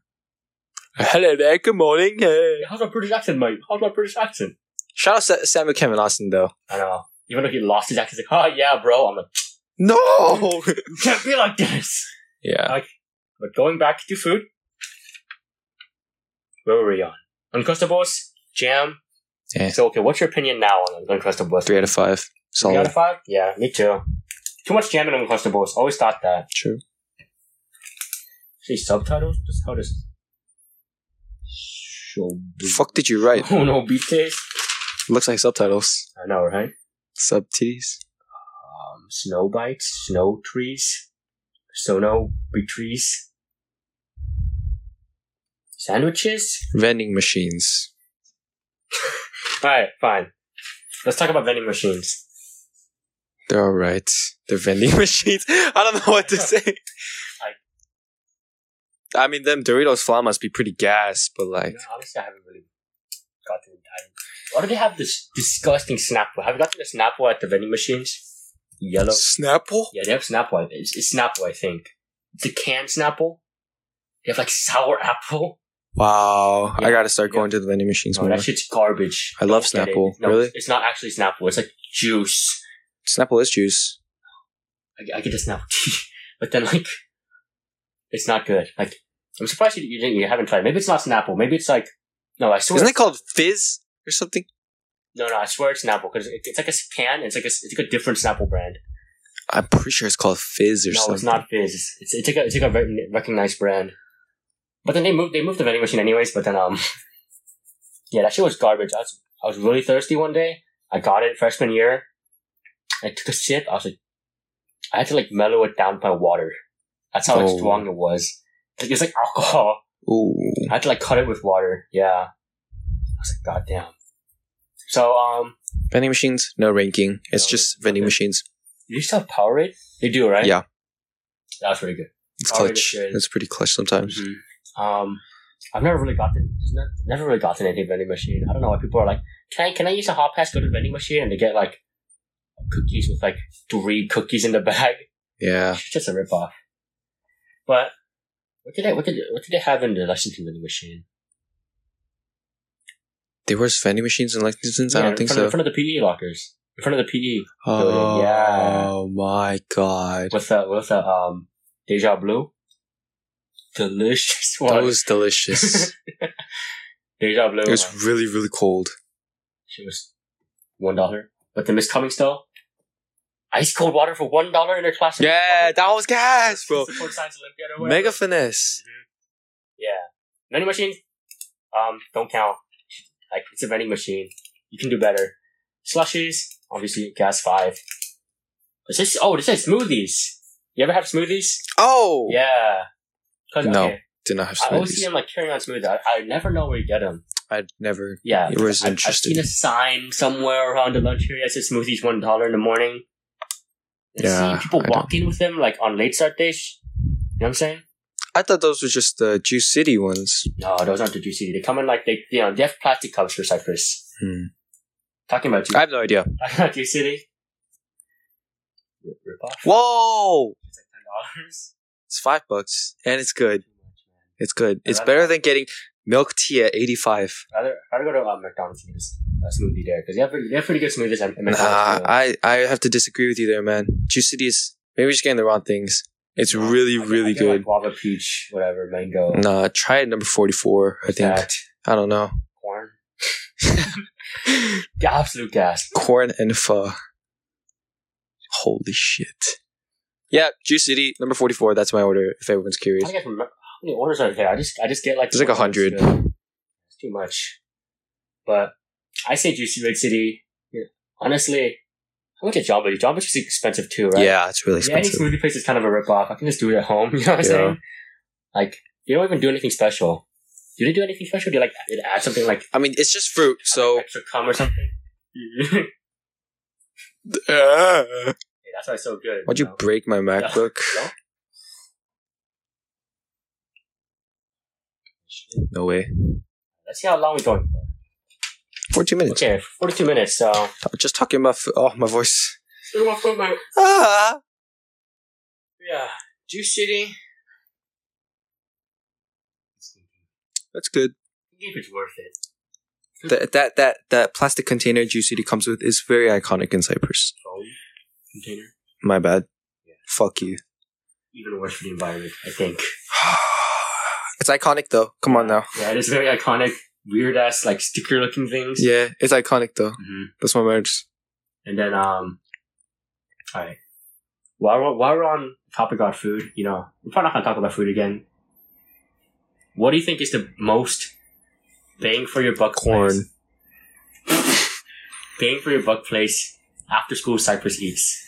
S3: Hello there, good morning. Hey.
S2: how's my British accent, mate? How's my British accent?
S3: Shout out to Samuel Kevin Austin though.
S2: I know. Even though he lost his accent, he's like, oh, yeah, bro. I'm like,
S3: No! Uh,
S2: you can't be like this.
S3: yeah.
S2: But going back to food, where were we on? Uncrustables, jam.
S3: Yeah.
S2: So, okay, what's your opinion now on Uncrustables?
S3: Three out of five.
S2: Three out
S3: Solid.
S2: of five? Yeah, me too. Too much jam in Uncrustables. Always thought that.
S3: True.
S2: See subtitles? Just how does show
S3: Fuck did you write?
S2: Oh no, beat taste.
S3: Looks like subtitles.
S2: I know, right?
S3: Sub titties.
S2: Um, snow bites, snow trees, sono big trees, sandwiches.
S3: Vending machines.
S2: All right, fine. Let's talk about vending machines.
S3: They're alright. They're vending machines. I don't know what to say. I mean, them Doritos flan must be pretty gas, but
S2: You
S3: like,
S2: know, honestly, I haven't really gotten time. Why do they have this disgusting Snapple? Have you gotten the Snapple at the vending machines? Yellow.
S3: Snapple?
S2: Yeah, they have Snapple. It's, it's Snapple, I think. The canned Snapple. They have like sour apple.
S3: Wow. I
S2: Yeah.
S3: gotta start going to the vending machines
S2: No,
S3: more.
S2: Oh, that shit's garbage.
S3: I love
S2: Don't get it.
S3: Snapple.
S2: No,
S3: Really?
S2: It's not actually Snapple. It's like juice.
S3: Snapple is juice.
S2: I, get- I get the Snapple tea, but then like, it's not good. Like, I'm surprised you, you didn't. You haven't tried. Maybe it's not Snapple. Maybe it's like, no, I swear.
S3: Isn't it called Fizz or something?
S2: no, no, I swear it's Snapple because it, it's like a can. It's like a, it's like a different Snapple brand.
S3: I'm pretty sure it's called Fizz or
S2: no,
S3: something.
S2: it's not Fizz. It's, it's, it's like a, it's like a re- recognized brand. But then they moved they moved the vending machine anyways. But then um, yeah, that shit was garbage. I was I was really thirsty one day. I got it freshman year. I took a sip. I was like, I had to like mellow it down with my water. That's how like,
S3: Oh.
S2: strong it was. Like, it's like alcohol.
S3: Ooh.
S2: I had to like cut it with water. Yeah. I was like, God damn. So um,
S3: Vending machines, no ranking. It's
S2: No,
S3: just vending
S2: okay.
S3: machines.
S2: you still have Powerade? They do, right?
S3: Yeah.
S2: That's pretty good.
S3: It's
S2: Alright,
S3: clutch.
S2: okay.
S3: It's pretty clutch sometimes. Mm-hmm.
S2: Um, I've never really gotten there's not- never really gotten any vending machine. I don't know why people are like, can I can I use a hot pass? Go to the vending machine and they get like cookies with like three cookies in the bag.
S3: Yeah.
S2: It's just a rip off. But what did they what did what did they have in the Lexington vending machine?
S3: There was vending machines in Lexington's? I
S2: Yeah,
S3: don't think
S2: in front of,
S3: so.
S2: in front of the PE lockers, in front of the E. PE
S3: Oh
S2: building, yeah.
S3: my god.
S2: with the with the um deja blue, delicious one.
S3: That was delicious.
S2: deja blue.
S3: it
S2: um,
S3: was really, really cold.
S2: She was one dollar. But the Miss Cummings though, ice cold water for one dollar in her class.
S3: Yeah, that was gas, bro.
S2: Support Science Olympiad or whatever.
S3: Mega finesse.
S2: Yeah. Vending machines, um, don't count. Like it's a vending machine. You can do better. Slushies, obviously gas five. Is this oh this is smoothies. You ever have smoothies?
S3: Oh!
S2: Yeah. 'Cause,
S3: No,
S2: okay,
S3: Did not have
S2: I always see
S3: smoothies.
S2: them like carrying on smoothies. I, I never know where you get them.
S3: I'd never.
S2: Yeah,
S3: It was
S2: I- I've
S3: interesting.
S2: seen a sign somewhere around the lunch area that says smoothies one dollar in the morning. And
S3: Yeah,
S2: seeing people
S3: I
S2: walk in with them like on late start days. You know what I'm saying?
S3: I thought those were just the Juice City ones.
S2: No, those aren't the juicy. They come in like they you know they have plastic cups for Cypress.
S3: Hmm.
S2: Talking about
S3: I
S2: Ju-
S3: have no idea.
S2: talking about Juice City. Rip rip off
S3: Whoa!
S2: ten dollars.
S3: It's five bucks, and it's good. It's good. It's
S2: rather-
S3: better than getting milk tea at 85.
S2: Rather, rather go to uh, McDonald's and get a s- a smoothie there because they have pretty, they have pretty good smoothies at at
S3: Nah,
S2: McDonald's. too.
S3: I, I have to disagree with you there, man. Juice City is maybe we're just getting the wrong things. It's really,
S2: I get- I
S3: really
S2: get, like,
S3: good.
S2: guava, peach, whatever, mango,
S3: Nah, try it number 44, I think.
S2: that,
S3: I don't know.
S2: corn. The absolute gas.
S3: Corn and pho. Holy shit. Yeah, Juice City, number 44. That's my order, if everyone's
S2: I
S3: curious.
S2: don't remember how many orders are there. I just I just get like
S3: There's like a hundred.
S2: It's too much, but I say Juicy Red City. Yeah. Honestly, I went to Jamba. Juice. Jamba Juice is expensive too, right?
S3: Yeah, it's really
S2: Yeah, any
S3: expensive.
S2: smoothie place is kind of a rip off. I can just do it at home. You know what I'm
S3: Yeah.
S2: saying? Like you don't even do anything special. Do they do anything special? Do you like it add something like
S3: I mean, it's just fruit, so.
S2: extra cum or something? hey, that's why it's so good.
S3: Why'd you
S2: know?
S3: break my MacBook?
S2: Hello?
S3: No way.
S2: Let's see how long we're going for.
S3: 14 minutes.
S2: Okay, 42 minutes. So,
S3: I'm Just talking about. F- oh, my voice.
S2: yeah,
S3: Ah!
S2: Juice City.
S3: That's good.
S2: I think it's worth it.
S3: That, that that that plastic container Juice City comes with is very iconic in Cyprus.
S2: Foam container.
S3: My bad. Fuck you.
S2: Even worse for the environment, I think.
S3: it's iconic though. Come on now.
S2: Yeah, it is very iconic, weird ass like sticker looking things.
S3: Yeah, it's iconic though.
S2: hmm
S3: That's my words.
S2: And then um, all right. While we're, while we're on topic about food, you know, we're probably not gonna talk about food again. What do you think is the most bang for your buck?
S3: Corn.
S2: place- bang for your buck place after school Cypress eats.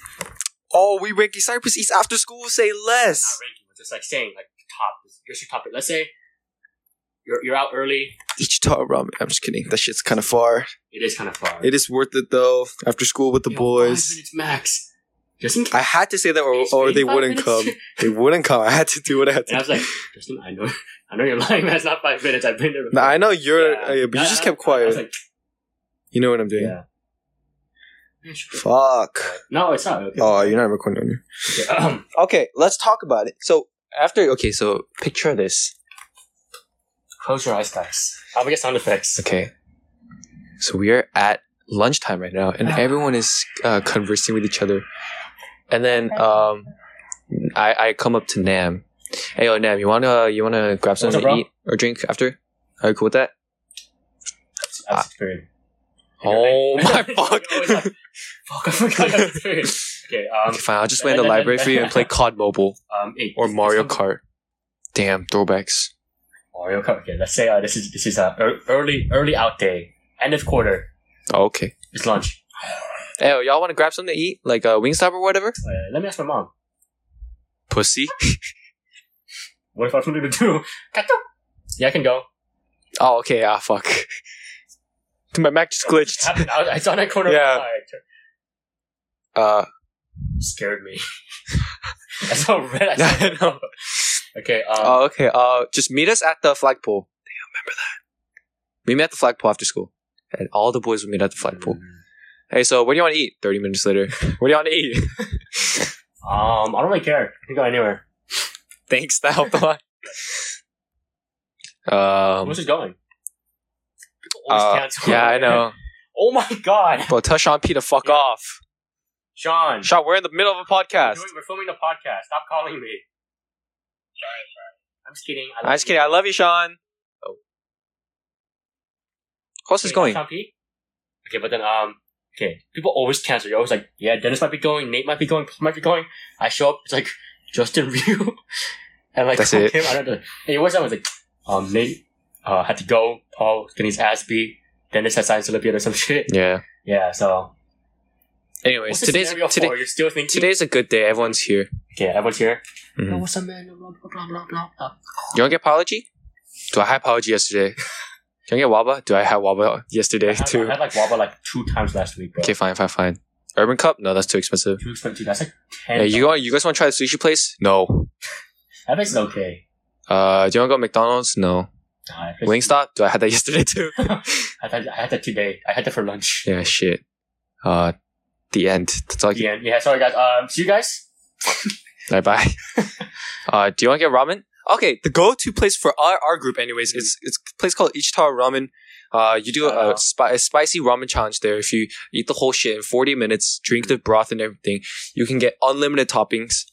S3: Oh, we ranking Cyprus East after school. Say less.
S2: Not ranking, but just like saying like top. Here's your top. Let's say you're you're out early.
S3: Ichita ramen. I'm just kidding. That shit's kind of far.
S2: It is kind of far.
S3: It is worth it though. After school with the
S2: You know, Five
S3: boys.
S2: minutes max. Just in case.
S3: I had to say that, or,
S2: It's
S3: or
S2: been
S3: they
S2: five
S3: wouldn't come.
S2: minutes.
S3: They wouldn't come. I had to do what I had
S2: And I
S3: to.
S2: was like, Justin, I know, I know you're lying. That's not five minutes. I've been there.
S3: Nah,
S2: before."
S3: I know you're,
S2: Yeah.
S3: uh, yeah, but you
S2: Yeah,
S3: just
S2: I-
S3: kept
S2: I was
S3: quiet.
S2: like,
S3: you know what I'm doing.
S2: yeah. Yeah, sure.
S3: Fuck.
S2: No, it's not. Okay.
S3: Oh, you're not recording. are you?
S2: Okay. um,
S3: Okay, let's talk about it. So after, okay, so picture this.
S2: Close your eyes, guys. I'll get sound effects.
S3: Okay. So we are at lunchtime right now, and everyone is uh, conversing with each other. And then um, I, I come up to Nam. Hey, yo, Nam, you wanna you wanna grab something
S2: up,
S3: to
S2: bro?
S3: eat or drink after? Are you cool with that?
S2: I was experienced.
S3: Ah. Oh my fuck!
S2: Always like, fuck, I forgot that experience. Okay, um,
S3: okay, fine. I'll just wait in the library for you and play COD Mobile
S2: um, hey,
S3: or
S2: this-
S3: Mario
S2: this one-
S3: Kart. Damn throwbacks.
S2: Mario Kart. Okay, let's say uh, this is this is uh, ear- early early out day, end of quarter.
S3: Oh, okay.
S2: It's lunch.
S3: Hey, yo, y'all want to grab something to eat, like a uh, Wingstop or whatever?
S2: Uh, let me ask my mom.
S3: Pussy.
S2: What if I have something to do? Kato. Yeah, I can go.
S3: Oh, okay. Ah, fuck. My Mac just glitched.
S2: Happened. I, I saw that corner.
S3: Yeah.
S2: Of my eye. It
S3: Uh,
S2: scared me. I saw red. I saw
S3: I know.
S2: Okay. Um,
S3: Oh, okay. Uh, just meet us at the flagpole. Damn, remember that. Meet me at the flagpole after school, and all the boys will meet at the
S2: Mm.
S3: flagpole. Hey, so what do you want to eat? Thirty minutes later. What do you want to eat?
S2: um, I don't really care. I can go anywhere.
S3: Thanks, that helped a lot. Um.
S2: Where's it going? People always
S3: uh,
S2: cancel.
S3: yeah, I know.
S2: Oh my god,
S3: But tell Sean P to fuck off.
S2: Sean.
S3: Sean, we're in the middle of a
S2: we're,
S3: podcast.
S2: doing- we're filming the podcast. Stop calling me. Sorry, sorry. I'm just kidding. I
S3: I'm just kidding. I love you, Sean. Oh. What's this going?
S2: Chumpy? Okay, but then um, okay. People always cancel. You're always like, yeah, Dennis might be going, Nate might be going, Paul might be going. I show up, it's like Justin Ryu, and like
S3: That's it.
S2: Him, I don't know. Hey, what's up? I was like, um, Nate uh, had to go. Paul was getting his ass beat. Dennis had science Olympiad or some shit.
S3: Yeah.
S2: Yeah, so
S3: Anyways,
S2: what's the
S3: today's
S2: scenario
S3: today,
S2: for? You're still thinking.
S3: today's a good day. Everyone's here.
S2: okay, everyone's here.
S3: Mhm.
S2: Oh, what's up, man? Blah blah blah blah blah. blah.
S3: Do you want to get apology? Do I have apology yesterday? Do you want to get Waba? Do I have Waba yesterday
S2: I had,
S3: too?
S2: I had like Waba like two times last week, bro.
S3: Okay, fine, fine, fine. Urban Cup? No, that's too expensive.
S2: Two expensive. That's like ten.
S3: Hey, you want you guys want to try the sushi place? No.
S2: That place is okay.
S3: Uh, do you want to go to McDonald's? No.
S2: Nah, that place-
S3: Wingstop? Do I had that yesterday too?
S2: I had, I had that today. I had that for lunch.
S3: yeah, shit. Uh, the end. That's all. I can-
S2: Yeah, yeah. Sorry, guys. Um, see you guys.
S3: Bye bye. uh, do you want to get ramen? Okay, the go-to place for our, our group, anyways, it's it's a place called Ichitaro Ramen. Uh, you do a,
S2: Uh,
S3: a, spi- a spicy ramen challenge there. If you eat the whole shit in forty minutes, drink the broth and everything, you can get unlimited toppings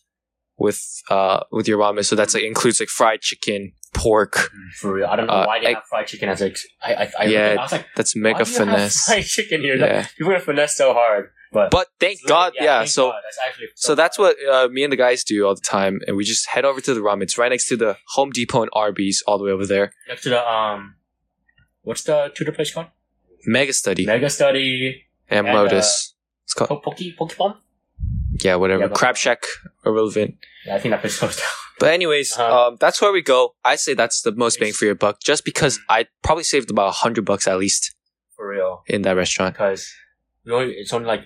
S3: with uh with your ramen. So that's like includes like fried chicken, pork.
S2: For real, I don't know
S3: Uh,
S2: why they
S3: I-
S2: have fried chicken. I was like, I, I, I,
S3: Yeah,
S2: I was like,
S3: That's
S2: why
S3: mega
S2: do you have
S3: finesse.
S2: fried chicken here. Like,
S3: Yeah,
S2: people are finesse so hard, but
S3: but thank God, yeah.
S2: thank
S3: so.
S2: God, that's actually
S3: So that's what uh, me and the guys do all the time, and we just head over to the ramen. It's right next to the Home Depot and Arby's, all the way over there.
S2: next to the um, what's the tutor place called?
S3: Mega study.
S2: Mega Study
S3: and
S2: And,
S3: Modus. it's called
S2: po- Poke Pokemon.
S3: yeah, whatever.
S2: yeah, but-
S3: Crab Shack, irrelevant.
S2: Yeah, I think that place closed down.
S3: But anyways,
S2: Uh-huh.
S3: um, that's where we go. I say that's the most bang for your buck, just because
S2: Mhm.
S3: I probably saved about a hundred bucks at least
S2: For real,
S3: in that restaurant.
S2: because we only, it's only like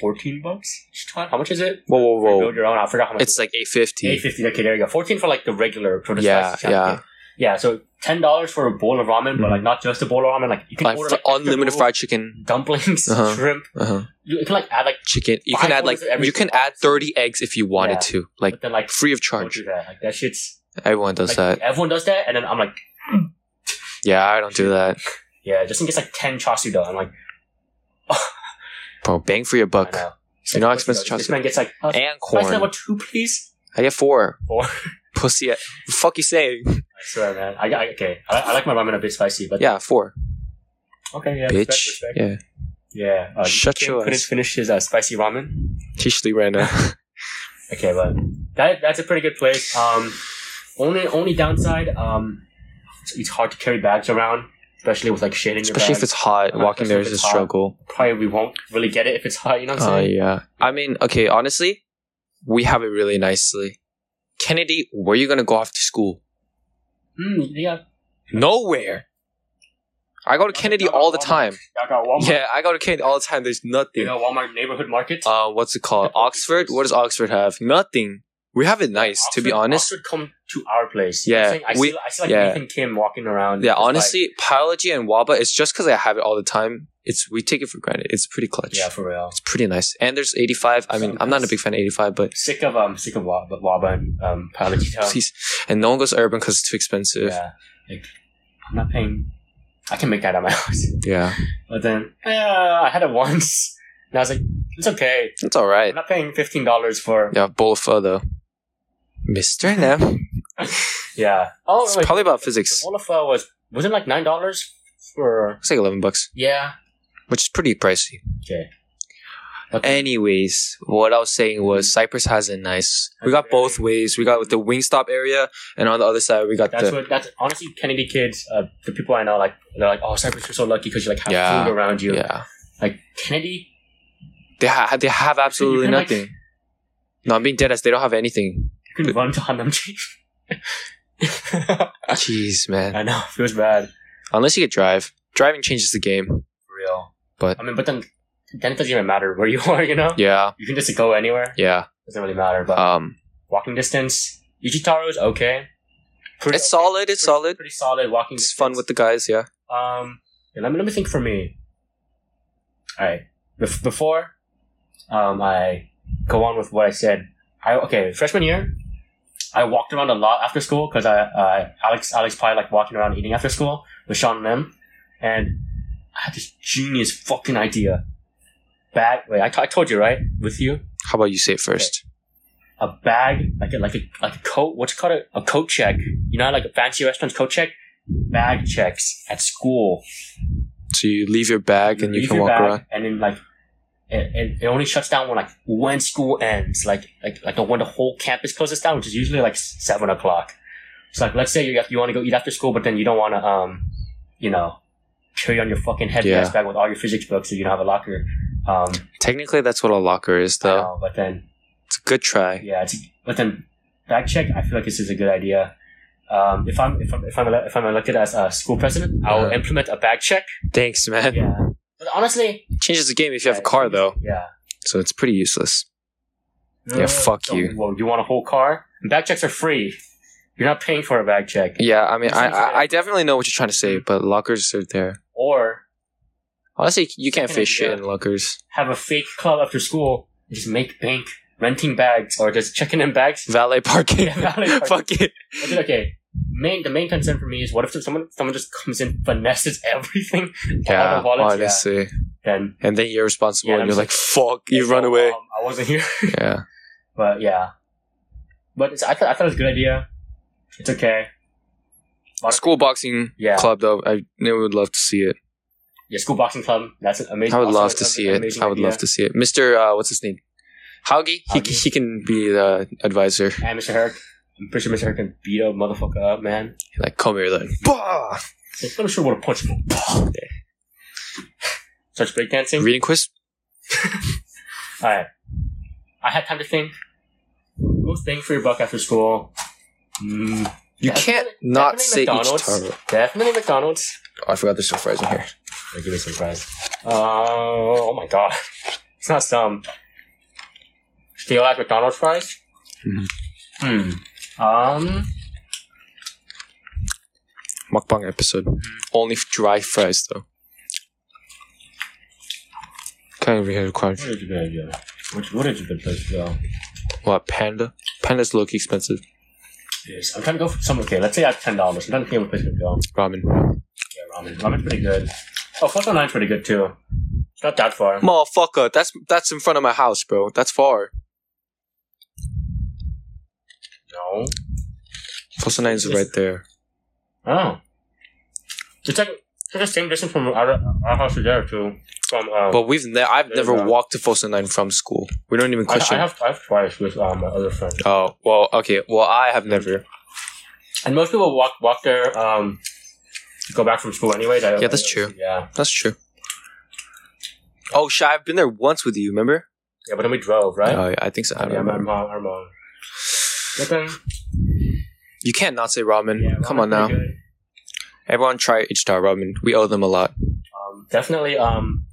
S2: fourteen bucks each time. How much is it?
S3: Whoa, whoa,
S2: You
S3: whoa!
S2: build your own. I forgot how much.
S3: It's like eight fifty.
S2: Eight fifty. Okay, there you go. Fourteen for like the regular prototype.
S3: Yeah, yeah.
S2: yeah. So ten dollars for a bowl of ramen, but like
S3: Mhm.
S2: not just a bowl of ramen. Like you can
S3: Like
S2: order
S3: fr-
S2: like, extra
S3: unlimited
S2: noodles,
S3: fried chicken,
S2: dumplings,
S3: Uh-huh.
S2: shrimp.
S3: uh-huh.
S2: You you can like add like,
S3: chicken. You
S2: Five
S3: can add like
S2: orders of everything.
S3: you can add thirty eggs if you wanted
S2: Yeah.
S3: to, like
S2: but then like
S3: free of
S2: don't
S3: charge.
S2: do that. Like that shit's
S3: Everyone does
S2: like,
S3: that.
S2: Everyone does that, and then I'm like,
S3: Yeah, I don't do that,
S2: yeah, just in case like ten chasu though. I'm like,
S3: bro. Bang for your buck.
S2: I know. It's
S3: You know how
S2: like,
S3: expensive
S2: this
S3: chasu-
S2: man gets like uh,
S3: And
S2: rice level
S3: corn.
S2: two, please.
S3: I get four.
S2: Or I
S3: Pussy. Fuck you saying?
S2: swear, man. I, I okay. I, I like my ramen a bit spicy, but
S3: Yeah, four.
S2: Okay, yeah.
S3: Bitch.
S2: Respect, respect.
S3: Yeah.
S2: Yeah. Uh,
S3: Shut
S2: Kim
S3: your
S2: Couldn't
S3: ass.
S2: finish his uh, spicy ramen.
S3: She's sleep right now.
S2: Okay, but that that's a pretty good place. Um, only only downside, um, it's, it's hard to carry bags around, especially with like shit in your
S3: Especially if
S2: bag.
S3: it's hot,
S2: Especially
S3: walking there
S2: if
S3: is a
S2: it's hot.
S3: struggle.
S2: probably we won't really get it if it's hot. You know what I'm
S3: Oh
S2: saying?
S3: yeah. I mean, okay, honestly, we have it really nicely. Kennedy, where you gonna go after school?
S2: Mm, yeah,
S3: Nowhere. I go to Kennedy all the time.
S2: I got Walmart.
S3: Yeah, I go to Kennedy all the time. There's
S2: You
S3: nothing.
S2: know, Walmart neighborhood market.
S3: Uh, what's it called? Oxford. What does Oxford have? Nothing. We have it nice, to be
S2: Oxford-
S3: honest.
S2: Oxford come to our place.
S3: Yeah,
S2: I'm saying? I,
S3: we-
S2: see, I see like
S3: yeah.
S2: Nathan Kim walking around.
S3: Yeah,
S2: just, like-
S3: honestly, biology and Waba. It's just because I have it all the time. It's we take it for granted. It's pretty clutch.
S2: yeah, for real.
S3: It's pretty nice. And there's 85. I mean, I'm not a big fan of 85, but
S2: Sick of um, sick of Wa- but Waba and um, Palakita.
S3: please. And no one goes to urban because it's too expensive.
S2: Yeah, like I'm not paying. I can make that at my house.
S3: yeah.
S2: But then eh, I had it once, and I was like, "It's okay.
S3: It's all right.
S2: I'm not paying fifteen dollars for."
S3: Yeah, bowl of pho though. Mr. and M.
S2: Yeah. Oh,
S3: It's
S2: wait,
S3: probably about
S2: The
S3: physics.
S2: bowl of pho was wasn't it like nine dollars for.
S3: It's like eleven bucks,
S2: Yeah.
S3: which is pretty pricey.
S2: Okay.
S3: Anyways, what I was saying was Cyprus has it nice. We got both ways. We got the Wingstop area, and on the other side we got
S2: That's
S3: the
S2: what. That's honestly Kennedy kids. Uh, the people I know, like they're like, "Oh, Cyprus, you're so lucky because you like have
S3: Yeah.
S2: food around you."
S3: yeah.
S2: Like Kennedy,
S3: They ha- they have absolutely
S2: can, like-
S3: nothing. No, I'm being dead ass. They don't have anything.
S2: you can run to Hanamji.
S3: Jeez, man.
S2: I know it feels bad.
S3: Unless you could drive, driving changes the game.
S2: For real.
S3: But-
S2: I mean, but then then it doesn't even matter where you are. You know,
S3: Yeah,
S2: you can just go anywhere.
S3: yeah.
S2: doesn't really matter. But
S3: Um,
S2: walking distance, Ichitaro is okay. Pretty
S3: it's
S2: okay.
S3: solid. It's
S2: Pretty-
S3: solid.
S2: Pretty solid walking.
S3: It's fun with the guys. Yeah.
S2: Um, yeah, let me let me think for me. All right, Bef- before um, I go on with what I said, I okay freshman year, I walked around a lot after school because I uh, Alex Alex probably like walking around eating after school with Sean and them, and I had this genius fucking idea. Bag. Wait, I t- I told you right with you
S3: How about you say it first?
S2: a bag, like a like a like a coat. What's it called a, a coat check? You know, how, like a fancy restaurant's coat check. Bag checks at school.
S3: So you leave your bag and you
S2: leave
S3: can
S2: your
S3: walk
S2: bag,
S3: around.
S2: And then like, it, it, it only shuts down when like when school ends, like like like when the whole campus closes down, which is usually like s- seven o'clock. So like, let's say you you want to go eat after school, but then you don't want to um, you know, carry on your fucking head
S3: Yeah.
S2: backpack with all your physics books, so you don't have a locker. Um,
S3: Technically, that's what a locker is,
S2: I
S3: though.
S2: know, but then
S3: It's a good try.
S2: yeah, it's, but then back check. I feel like this is a good idea. Um, if I'm if I'm if I'm, ele- if I'm elected as a school president, I will
S3: Uh-huh.
S2: implement a back check.
S3: Thanks, man.
S2: Yeah, but honestly,
S3: Changes the game if you have a car, though.
S2: yeah,
S3: So it's pretty useless. Yeah, fuck
S2: so,
S3: you.
S2: Well, you want a whole car? Back checks are free. You're not paying for a back check.
S3: Yeah, I mean, I, I, I
S2: Essentially.
S3: definitely know what you're trying to say, but lockers are there.
S2: Or
S3: Honestly, you can't
S2: Second
S3: fit shit
S2: idea.
S3: in lockers.
S2: have a fake club after school. And just make bank renting bags or just checking in bags.
S3: Valet parking.
S2: Yeah, valet parking.
S3: Fuck it.
S2: I said, okay, main the main concern for me is what if someone someone just comes in finesses everything? all
S3: Yeah,
S2: the wallets, yeah,
S3: honestly.
S2: then
S3: And then you're responsible
S2: Yeah,
S3: and
S2: I'm
S3: you're like, fuck, you run
S2: so,
S3: away.
S2: um, I wasn't here.
S3: Yeah.
S2: But yeah, but it's, I thought I thought it was a good idea. It's okay. Lot of-
S3: School boxing
S2: Yeah.
S3: club, though, I I would love to see it.
S2: Yeah, school boxing club. That's an amazing.
S3: I would
S2: also
S3: love to
S2: another
S3: see it.
S2: amazing
S3: I would love
S2: idea.
S3: to see it. Mr. Uh, what's his name? Haugie? He,
S2: Haugie.
S3: he can be the advisor.
S2: And Mr. Herrick, I'm pretty sure Mr. Herrick can beat a motherfucker up, man.
S3: Like, come here, then. Bah!
S2: Like, I'm sure what a punch. him. Starts breakdancing.
S3: Reading quiz?
S2: All right, I had time to think. Most thing for your buck after school. Mm,
S3: You
S2: Definitely-
S3: can't not
S2: definitely
S3: say each
S2: McDonald's.
S3: target.
S2: definitely McDonald's.
S3: Oh, I forgot there's still fries in here.
S2: Like, give me some fries. Uh, oh my god. It's not some. Do you like McDonald's fries?
S3: Mhm.
S2: Hmm. Um,
S3: Mukbang episode.
S2: Hmm.
S3: Only f- dry fries, though. Can't even hear the crunch.
S2: what is a good idea? Which, what is a good place to go?
S3: What, Panda? Panda's low key expensive.
S2: Yes, I'm trying to go for some. Okay, let's say I have ten dollars. I'm trying to think of a place to go.
S3: Ramen.
S2: Yeah, ramen. Ramen's pretty good. Oh, Photo Nine's pretty good too. It's not that far.
S3: Motherfucker, that's that's in front of my house, bro. That's far.
S2: No.
S3: Fossil Nine's right there.
S2: Oh. It's like it's like the same distance from our, our house to there too. From um,
S3: But we've ne- I've
S2: There
S3: never
S2: you go.
S3: walked to Fossil Nine from school. We don't even
S2: I, I
S3: question.
S2: have I have twice with um, my other friend.
S3: oh well, okay. Well, I have never.
S2: And most people walk walk there um to go back from school anyways. I,
S3: Yeah, that's
S2: I-
S3: true.
S2: Yeah.
S3: That's true. Oh, Shy, I've been there once with you. Remember?
S2: Yeah, but then we drove, right?
S3: Oh, yeah, I think so. I don't
S2: yeah, my
S3: remember.
S2: mom, our mom. But then,
S3: You can't not say ramen.
S2: yeah,
S3: Come
S2: ramen
S3: on now,
S2: pretty good.
S3: everyone. Try Ichitar ramen. We owe them a lot.
S2: Um, definitely um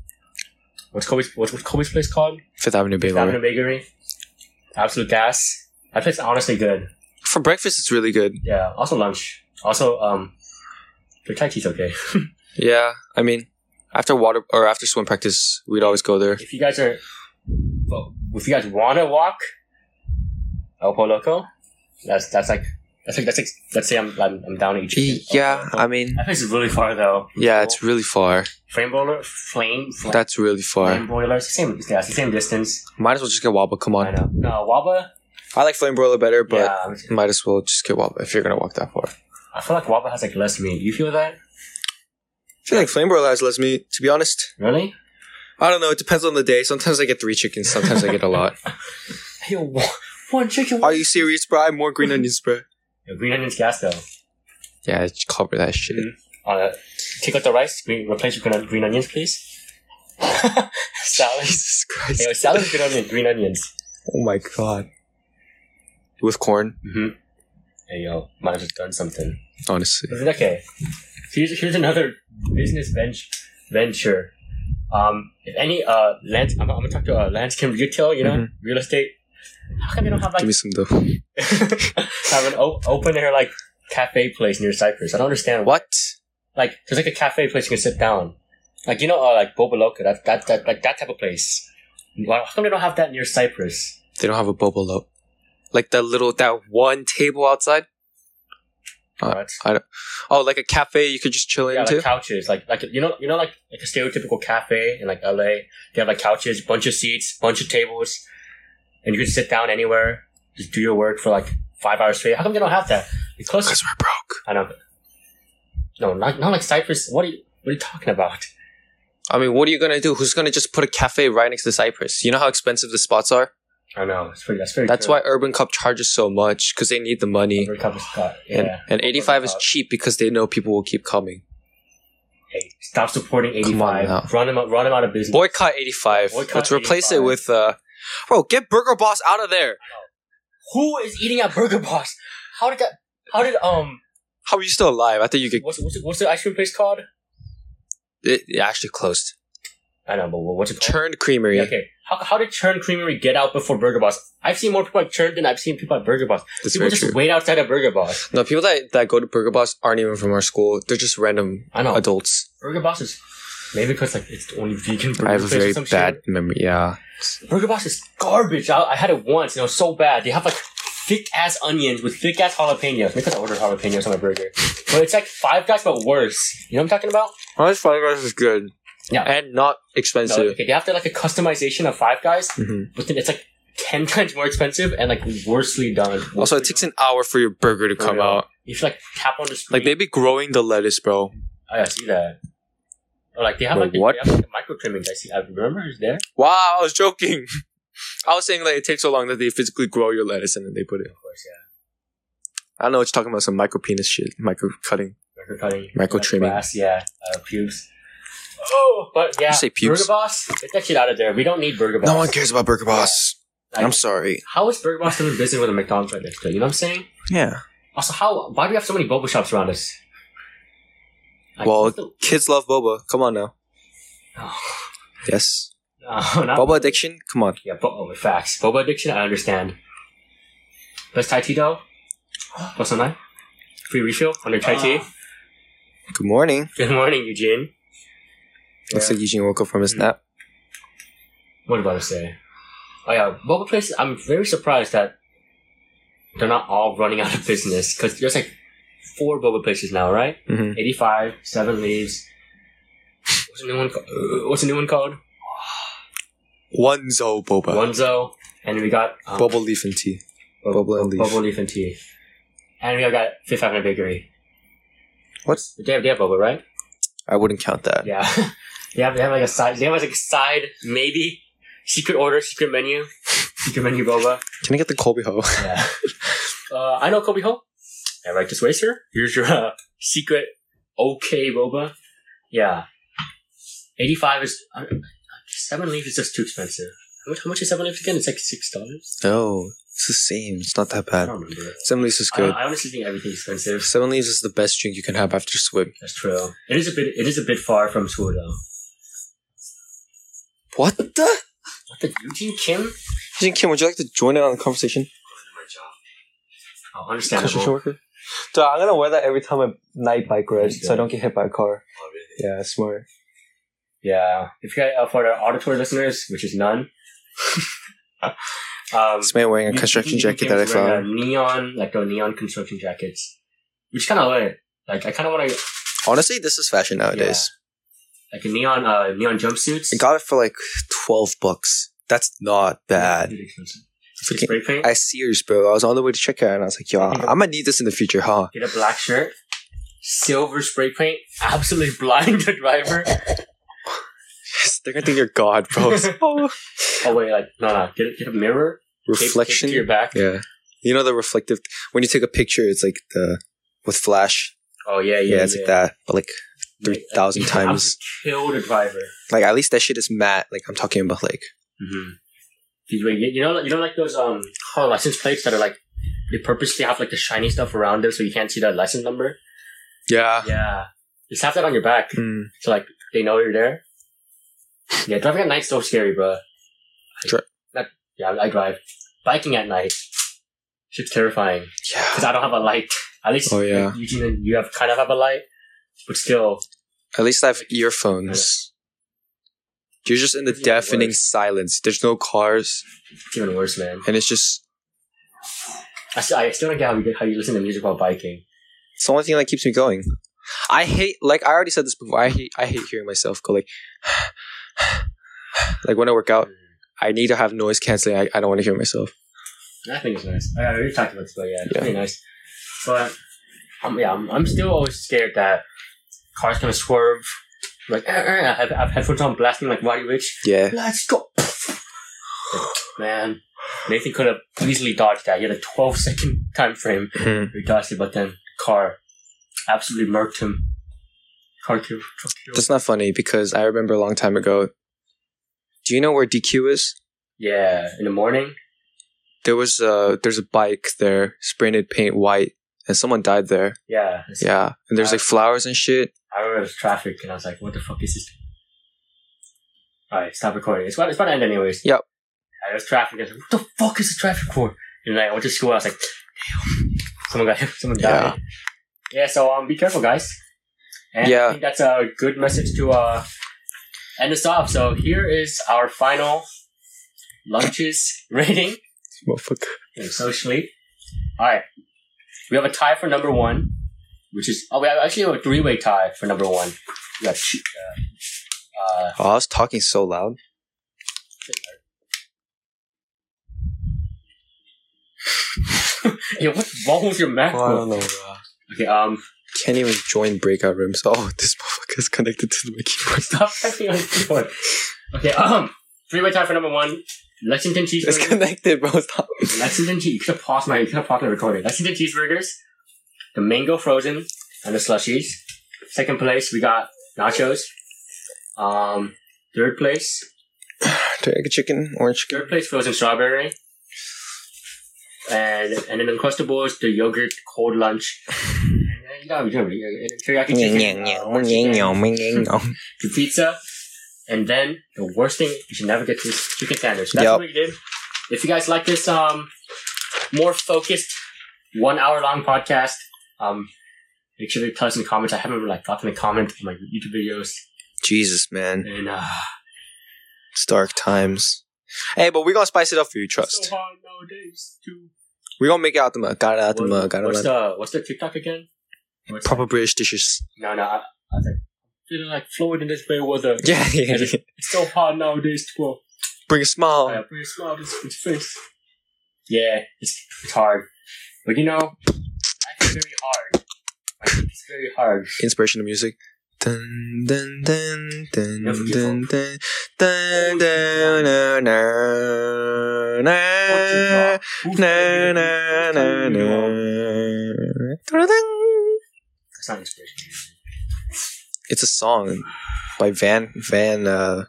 S2: what's Kobe's what's, what's Kobe's place called?
S3: Fifth Avenue
S2: Fifth
S3: Bakery.
S2: Avenue Bakery. Absolute gas. That place is honestly good.
S3: For breakfast, it's really good.
S2: Yeah. Also lunch. Also um their Thai tea's okay.
S3: Yeah, I mean, after water or after swim practice, we'd always go there.
S2: if you guys are well, if you guys wanna walk El Loco, that's that's like that's like that's like let's say I'm I'm, I'm down each.
S3: Yeah, I mean,
S2: That place is really far though.
S3: yeah, it's really far.
S2: Flame boiler, flame, flame,
S3: That's really
S2: flame
S3: far.
S2: boiler. It's the same, yeah, it's the same distance.
S3: Might as well just get Waba. Come
S2: I
S3: on.
S2: know. No, Waba.
S3: I like flame broiler better, but
S2: yeah, I'm-
S3: might as well just get Waba if you're gonna walk that far. I
S2: I feel like Waba has like less meat. You feel that?
S3: feel like flame broiler has less meat. To be honest,
S2: Really?
S3: I don't know. It depends on the day. Sometimes I get three chickens. Sometimes I get a lot.
S2: Hey, one, one chicken.
S3: Are you serious, bro? I'm more green onions, bro.
S2: Yeah, green onions, gas though.
S3: Yeah, just cover that shit.
S2: Mhm. Uh, take out the rice. Green, replace with green, green onions, please. salad.
S3: Jesus Christ.
S2: Hey, yo, salad with green onions. Green onions.
S3: Oh my god. Oh With corn.
S2: Mm-hmm. hey yo, might as well done something.
S3: honestly.
S2: But Okay, here's here's another business venture. Venture. Um, if any uh, lands, I'm, I'm gonna talk to uh, landscape retail. You know,
S3: Mhm.
S2: real estate. How come they don't have like
S3: Give me some dough.
S2: have an o- open air like cafe place near Cyprus? I don't understand why.
S3: What?
S2: Like there's like a cafe place you can sit down. Like you know, uh, like Boba Loca, that that that like that type of place. Why, how come they don't have that near Cyprus?
S3: They don't have a bobo low. Like the little that one table outside. Uh,
S2: Right?
S3: Oh, like a cafe you could just chill
S2: yeah,
S3: into.
S2: like couches, like like you know, you know, like like a stereotypical cafe in like LA. They have like couches, bunch of seats, bunch of tables, and you can sit down anywhere, just do your work for like five hours straight. How come they don't have that? The closest,
S3: Cause we're broke.
S2: I don't. No, not not like Cyprus. What are you what are you talking about?
S3: I mean, what are you gonna do? Who's gonna just put a cafe right next to Cypress? You know how expensive the spots are.
S2: I know it's pretty. That's very.
S3: That's why Urban Cup charges so much because they need the money.
S2: Recover Scott. Yeah.
S3: And, and 85 is
S2: Cup.
S3: cheap because they know people will keep coming.
S2: Hey, stop supporting
S3: Come on now.
S2: 85. Run him out. Run him out of business.
S3: Boycott 85.
S2: Boycott
S3: Let's replace
S2: 85.
S3: it with, uh, bro, get Burger Boss out of there.
S2: Who is eating at Burger Boss? How did that? How did um?
S3: How are you still alive? I think you could.
S2: What's what's, what's the ice cream place called?
S3: It, it actually closed.
S2: I know, but what's it called?
S3: Turned Creamery.
S2: Yeah, okay. How, how did Churn Creamery get out before Burger Boss? I've seen more people at Churn than I've seen people at Burger Boss.
S3: That's
S2: people
S3: very
S2: just
S3: true.
S2: wait outside of Burger Boss.
S3: No, people that, that go to Burger Boss aren't even from our school. They're just random
S2: I know.
S3: adults.
S2: Burger Boss is maybe because like it's the only vegan burger
S3: I have a
S2: place or
S3: very
S2: some
S3: bad memory. Yeah.
S2: shit. Burger Boss is garbage. I, I had it once and it was so bad. They have like thick ass onions with thick ass jalapenos. Because I ordered jalapenos on my burger, but it's like Five Guys but worse. You know what I'm talking about?
S3: Honest Five Guys is good.
S2: Yeah.
S3: And not
S2: No,
S3: expensive.
S2: okay, they have to like a customization of Five Guys,
S3: Mhm.
S2: but then it's like ten times more expensive and like worsely done.
S3: Also,
S2: Worsely
S3: it takes
S2: done.
S3: an hour for your burger to
S2: For
S3: come
S2: real.
S3: out.
S2: You should like tap on the screen. Oh,
S3: Like, they be growing the lettuce, bro.
S2: I see that. Or like they have
S3: Wait,
S2: like, the-
S3: what?
S2: They have, like the micro trimmings. I see. I remember it's there.
S3: Wow, I was joking. I was saying like it takes so long that they physically grow your lettuce and then they put it.
S2: Of course, yeah.
S3: I don't know what you're talking about, some micro penis shit, micro cutting.
S2: Micro cutting.
S3: Micro
S2: like,
S3: trimming.
S2: Grass, yeah. Uh, pubes. Oh, but yeah.
S3: you say pubes?
S2: Burger Boss, get that shit out of there. We don't need Burger Boss.
S3: No one cares about Burger Boss.
S2: Like,
S3: I'm sorry.
S2: How is Burger Boss doing business with a McDonald's right next to it? You know what I'm saying?
S3: Yeah.
S2: Also, how? Why do we have so many boba shops around us? Like,
S3: Well,
S2: what's the-
S3: kids love boba. Come on now.
S2: oh,
S3: Yes.
S2: no, not-
S3: Ah. Boba addiction? Come on.
S2: Yeah, bo- oh, facts. Boba addiction, I understand. Plus Thai tea though. Plus online. Free refill on your Thai tea.
S3: Ah. Good morning.
S2: Good morning, Eugene.
S3: Looks
S2: Yeah.
S3: like Eugene woke up from his
S2: Mm.
S3: nap.
S2: What about I say? Oh yeah, boba places. I'm very surprised that they're not all running out of business because there's like four boba places now, right?
S3: hmm
S2: Eighty-five, Seven Leaves. What's the new one? Called? Uh, what's the new one called?
S3: Onezo boba.
S2: Onezo, and we got um,
S3: Bubble leaf and tea. Bubble and leaf.
S2: Bubble leaf and tea, and we got Fifth Avenue Bakery.
S3: What?
S2: They have, they have boba, right?
S3: I wouldn't count that.
S2: Yeah. they have they have like a side. They have like a side maybe secret order, secret menu, secret menu boba.
S3: Can I get the Colby Ho?
S2: Yeah. uh, I know Kobe Ho. I like this way, sir. Here's your uh, secret okay boba. Yeah. 85 is. I don't- Seven leaf is just too expensive. How much, how much is seven leaf again? It's like six dollars.
S3: No. It's the same. It's not that
S2: I
S3: bad.
S2: don't remember.
S3: Seven leaves is
S2: I, don't-
S3: good.
S2: I honestly think everything's expensive.
S3: Seven leaves is the best drink you can have after swim.
S2: That's true. It is a bit. It is a bit far from school though.
S3: What the?
S2: What the Eugene Kim?
S3: Eugene Kim, would you like to join in on the conversation?
S2: Oh, understandable.
S3: worker. Dude, I'm gonna wear that every time I night bike rides, so I
S2: Yeah.
S3: don't get hit by a car. Yeah, smart.
S2: Yeah. If you got uh, for the auditory listeners, which is none. um,
S3: This man wearing a
S2: you-
S3: construction
S2: you-
S3: jacket
S2: you
S3: that I
S2: came wearing
S3: found.
S2: a neon, like the neon construction jackets, which kind of lit. Like I kind of want to
S3: Honestly, this is fashion nowadays.
S2: like a neon, uh, neon jumpsuits.
S3: I got it for like twelve bucks. That's not bad.
S2: Really expensive.
S3: Freaking-
S2: Spray paint.
S3: I serious, bro. I was on the way to checkout and I was like, yo, I- I'm gonna need this in the future, huh?
S2: Get a black shirt, silver spray paint, absolutely blind the driver.
S3: They're gonna think you're God, bro. Oh.
S2: Oh wait, like no, no. Get get a mirror. tape- tape it
S3: Reflection.
S2: to your back.
S3: yeah. You know the reflective when you take a picture, it's like the with flash.
S2: Oh yeah, yeah.
S3: Yeah, it's like that. But like three thousand
S2: Like,
S3: times.
S2: Kill the driver.
S3: Like at least that shit is matte. Like I'm talking about like
S2: Mm-hmm. You, you know, you know, like those um, oh, license plates that are like they purposely have like the shiny stuff around it so you can't see the license number.
S3: Yeah.
S2: Yeah. Just have that on your back.
S3: Mm.
S2: So like they know you're there. Yeah, driving at night's so scary, bro. I-
S3: Dri-
S2: not- yeah, I drive. Biking at night, shit's terrifying
S3: Yeah.
S2: because I don't have a light. At least
S3: Oh, yeah.
S2: Eugene, you have kind of have a light, but still,
S3: At least I have earphones. You're just in the
S2: Even
S3: deafening
S2: worse.
S3: silence. There's no cars,
S2: it's even worse, man.
S3: and it's just
S2: I, still- I still don't get how you how you listen to music while biking.
S3: it's the only thing that keeps me going. I hate like I already said this before. I hate I hate hearing myself go like like when I work out. I need to have noise canceling. I, I don't want to hear myself.
S2: I think it's nice. I I already talked about this, but yeah, it's
S3: Yeah.
S2: pretty nice. But um, yeah, I'm, I'm still always scared that cars gonna swerve. Like eh, eh, I have, I have headphones on, blasting like Roddy Rich.
S3: Yeah.
S2: Let's go. Man, Nathan could have easily dodged that. He had a 12 second time frame.
S3: Mhm.
S2: He dodged it, but then the car absolutely murked him. Car kill. Truck kill.
S3: That's not funny because I remember a long time ago. Do you know where DQ is?
S2: Yeah, in the morning.
S3: There was a there's a bike there, sprinted paint white, and someone died there.
S2: Yeah. it's-
S3: Yeah, and there's like flowers and shit.
S2: I remember it was traffic, and I was like, what the fuck is this? Alright, stop recording. It's about, it's about to end, anyways.
S3: Yep.
S2: Yeah, there was traffic. I was like, what the fuck is the traffic for? And then I went to school, I was like, damn. Someone got hit, someone
S3: Yeah.
S2: died. Yeah, so um, be careful, guys. And
S3: Yeah.
S2: I think that's a good message to uh, end us off. So here is our final lunches rating.
S3: Motherfucker.
S2: I'm so sleep. All right. We have a tie for number one, which is oh, we have- actually have a three way tie for number one. We got two, uh, uh,
S3: Oh, I was talking so loud.
S2: yeah, what's wrong with your Mac?
S3: know.
S2: Okay, um,
S3: Can't even join breakout rooms. Oh, this motherfucker is connected to my keyboard.
S2: stop typing on the keyboard. Okay, um, three way tie for number one. Lexington
S3: It's
S2: cheeseburger.
S3: connected, bro. Stop.
S2: Lexington cheese. You could have paused my. You could have paused my recording. Lexington cheeseburgers, the mango frozen, and the slushies. Second place, we got nachos. Um, third place,
S3: Teriyaki chicken, orange chicken.
S2: Third place frozen strawberry. And and then Uncrustables, the yogurt, cold lunch. And, uh, you know, you know, you know, teriyaki chicken, uh, orange chicken, the pizza. And then the worst thing you should never get this chicken sandwich. That's
S3: Yep.
S2: what we did. If you guys like this um more focused one hour long podcast, um make sure to tell us in the comments. I haven't like gotten a comment on my YouTube videos.
S3: Jesus, man.
S2: And uh
S3: It's dark times. Hey, but we're gonna spice it up for you, trust.
S2: so hard nowadays to
S3: We're gonna make it out the mud. Got it out the mud. Got
S2: what's
S3: it out
S2: the what's the TikTok again? What's
S3: Proper British dishes.
S2: No, no. I, I was like, feeling like Floyd in this bad weather.
S3: Yeah, yeah. yeah.
S2: It's so hard nowadays to go.
S3: Bring a
S2: I
S3: smile.
S2: have a smile to his face. Yeah, it's, it's hard. But you know, life is very hard. I think it's very hard.
S3: Inspirational music. Dun dun dun dun
S2: Never give
S3: dun dun dun dun na, na,
S2: What's your
S3: na.
S2: job? Who's
S3: Na,
S2: telling you-
S3: na,
S2: who's
S3: na,
S2: telling you you're wrong?
S3: na.
S2: That's not inspirational.
S3: It's a song by Van Van uh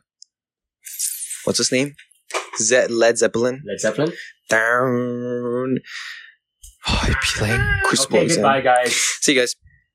S3: what's his name? Ze- Led Zeppelin.
S2: Led Zeppelin.
S3: Down. Oh, I'd be like Chris
S2: Okay,
S3: Boysen.
S2: goodbye, guys.
S3: See you guys.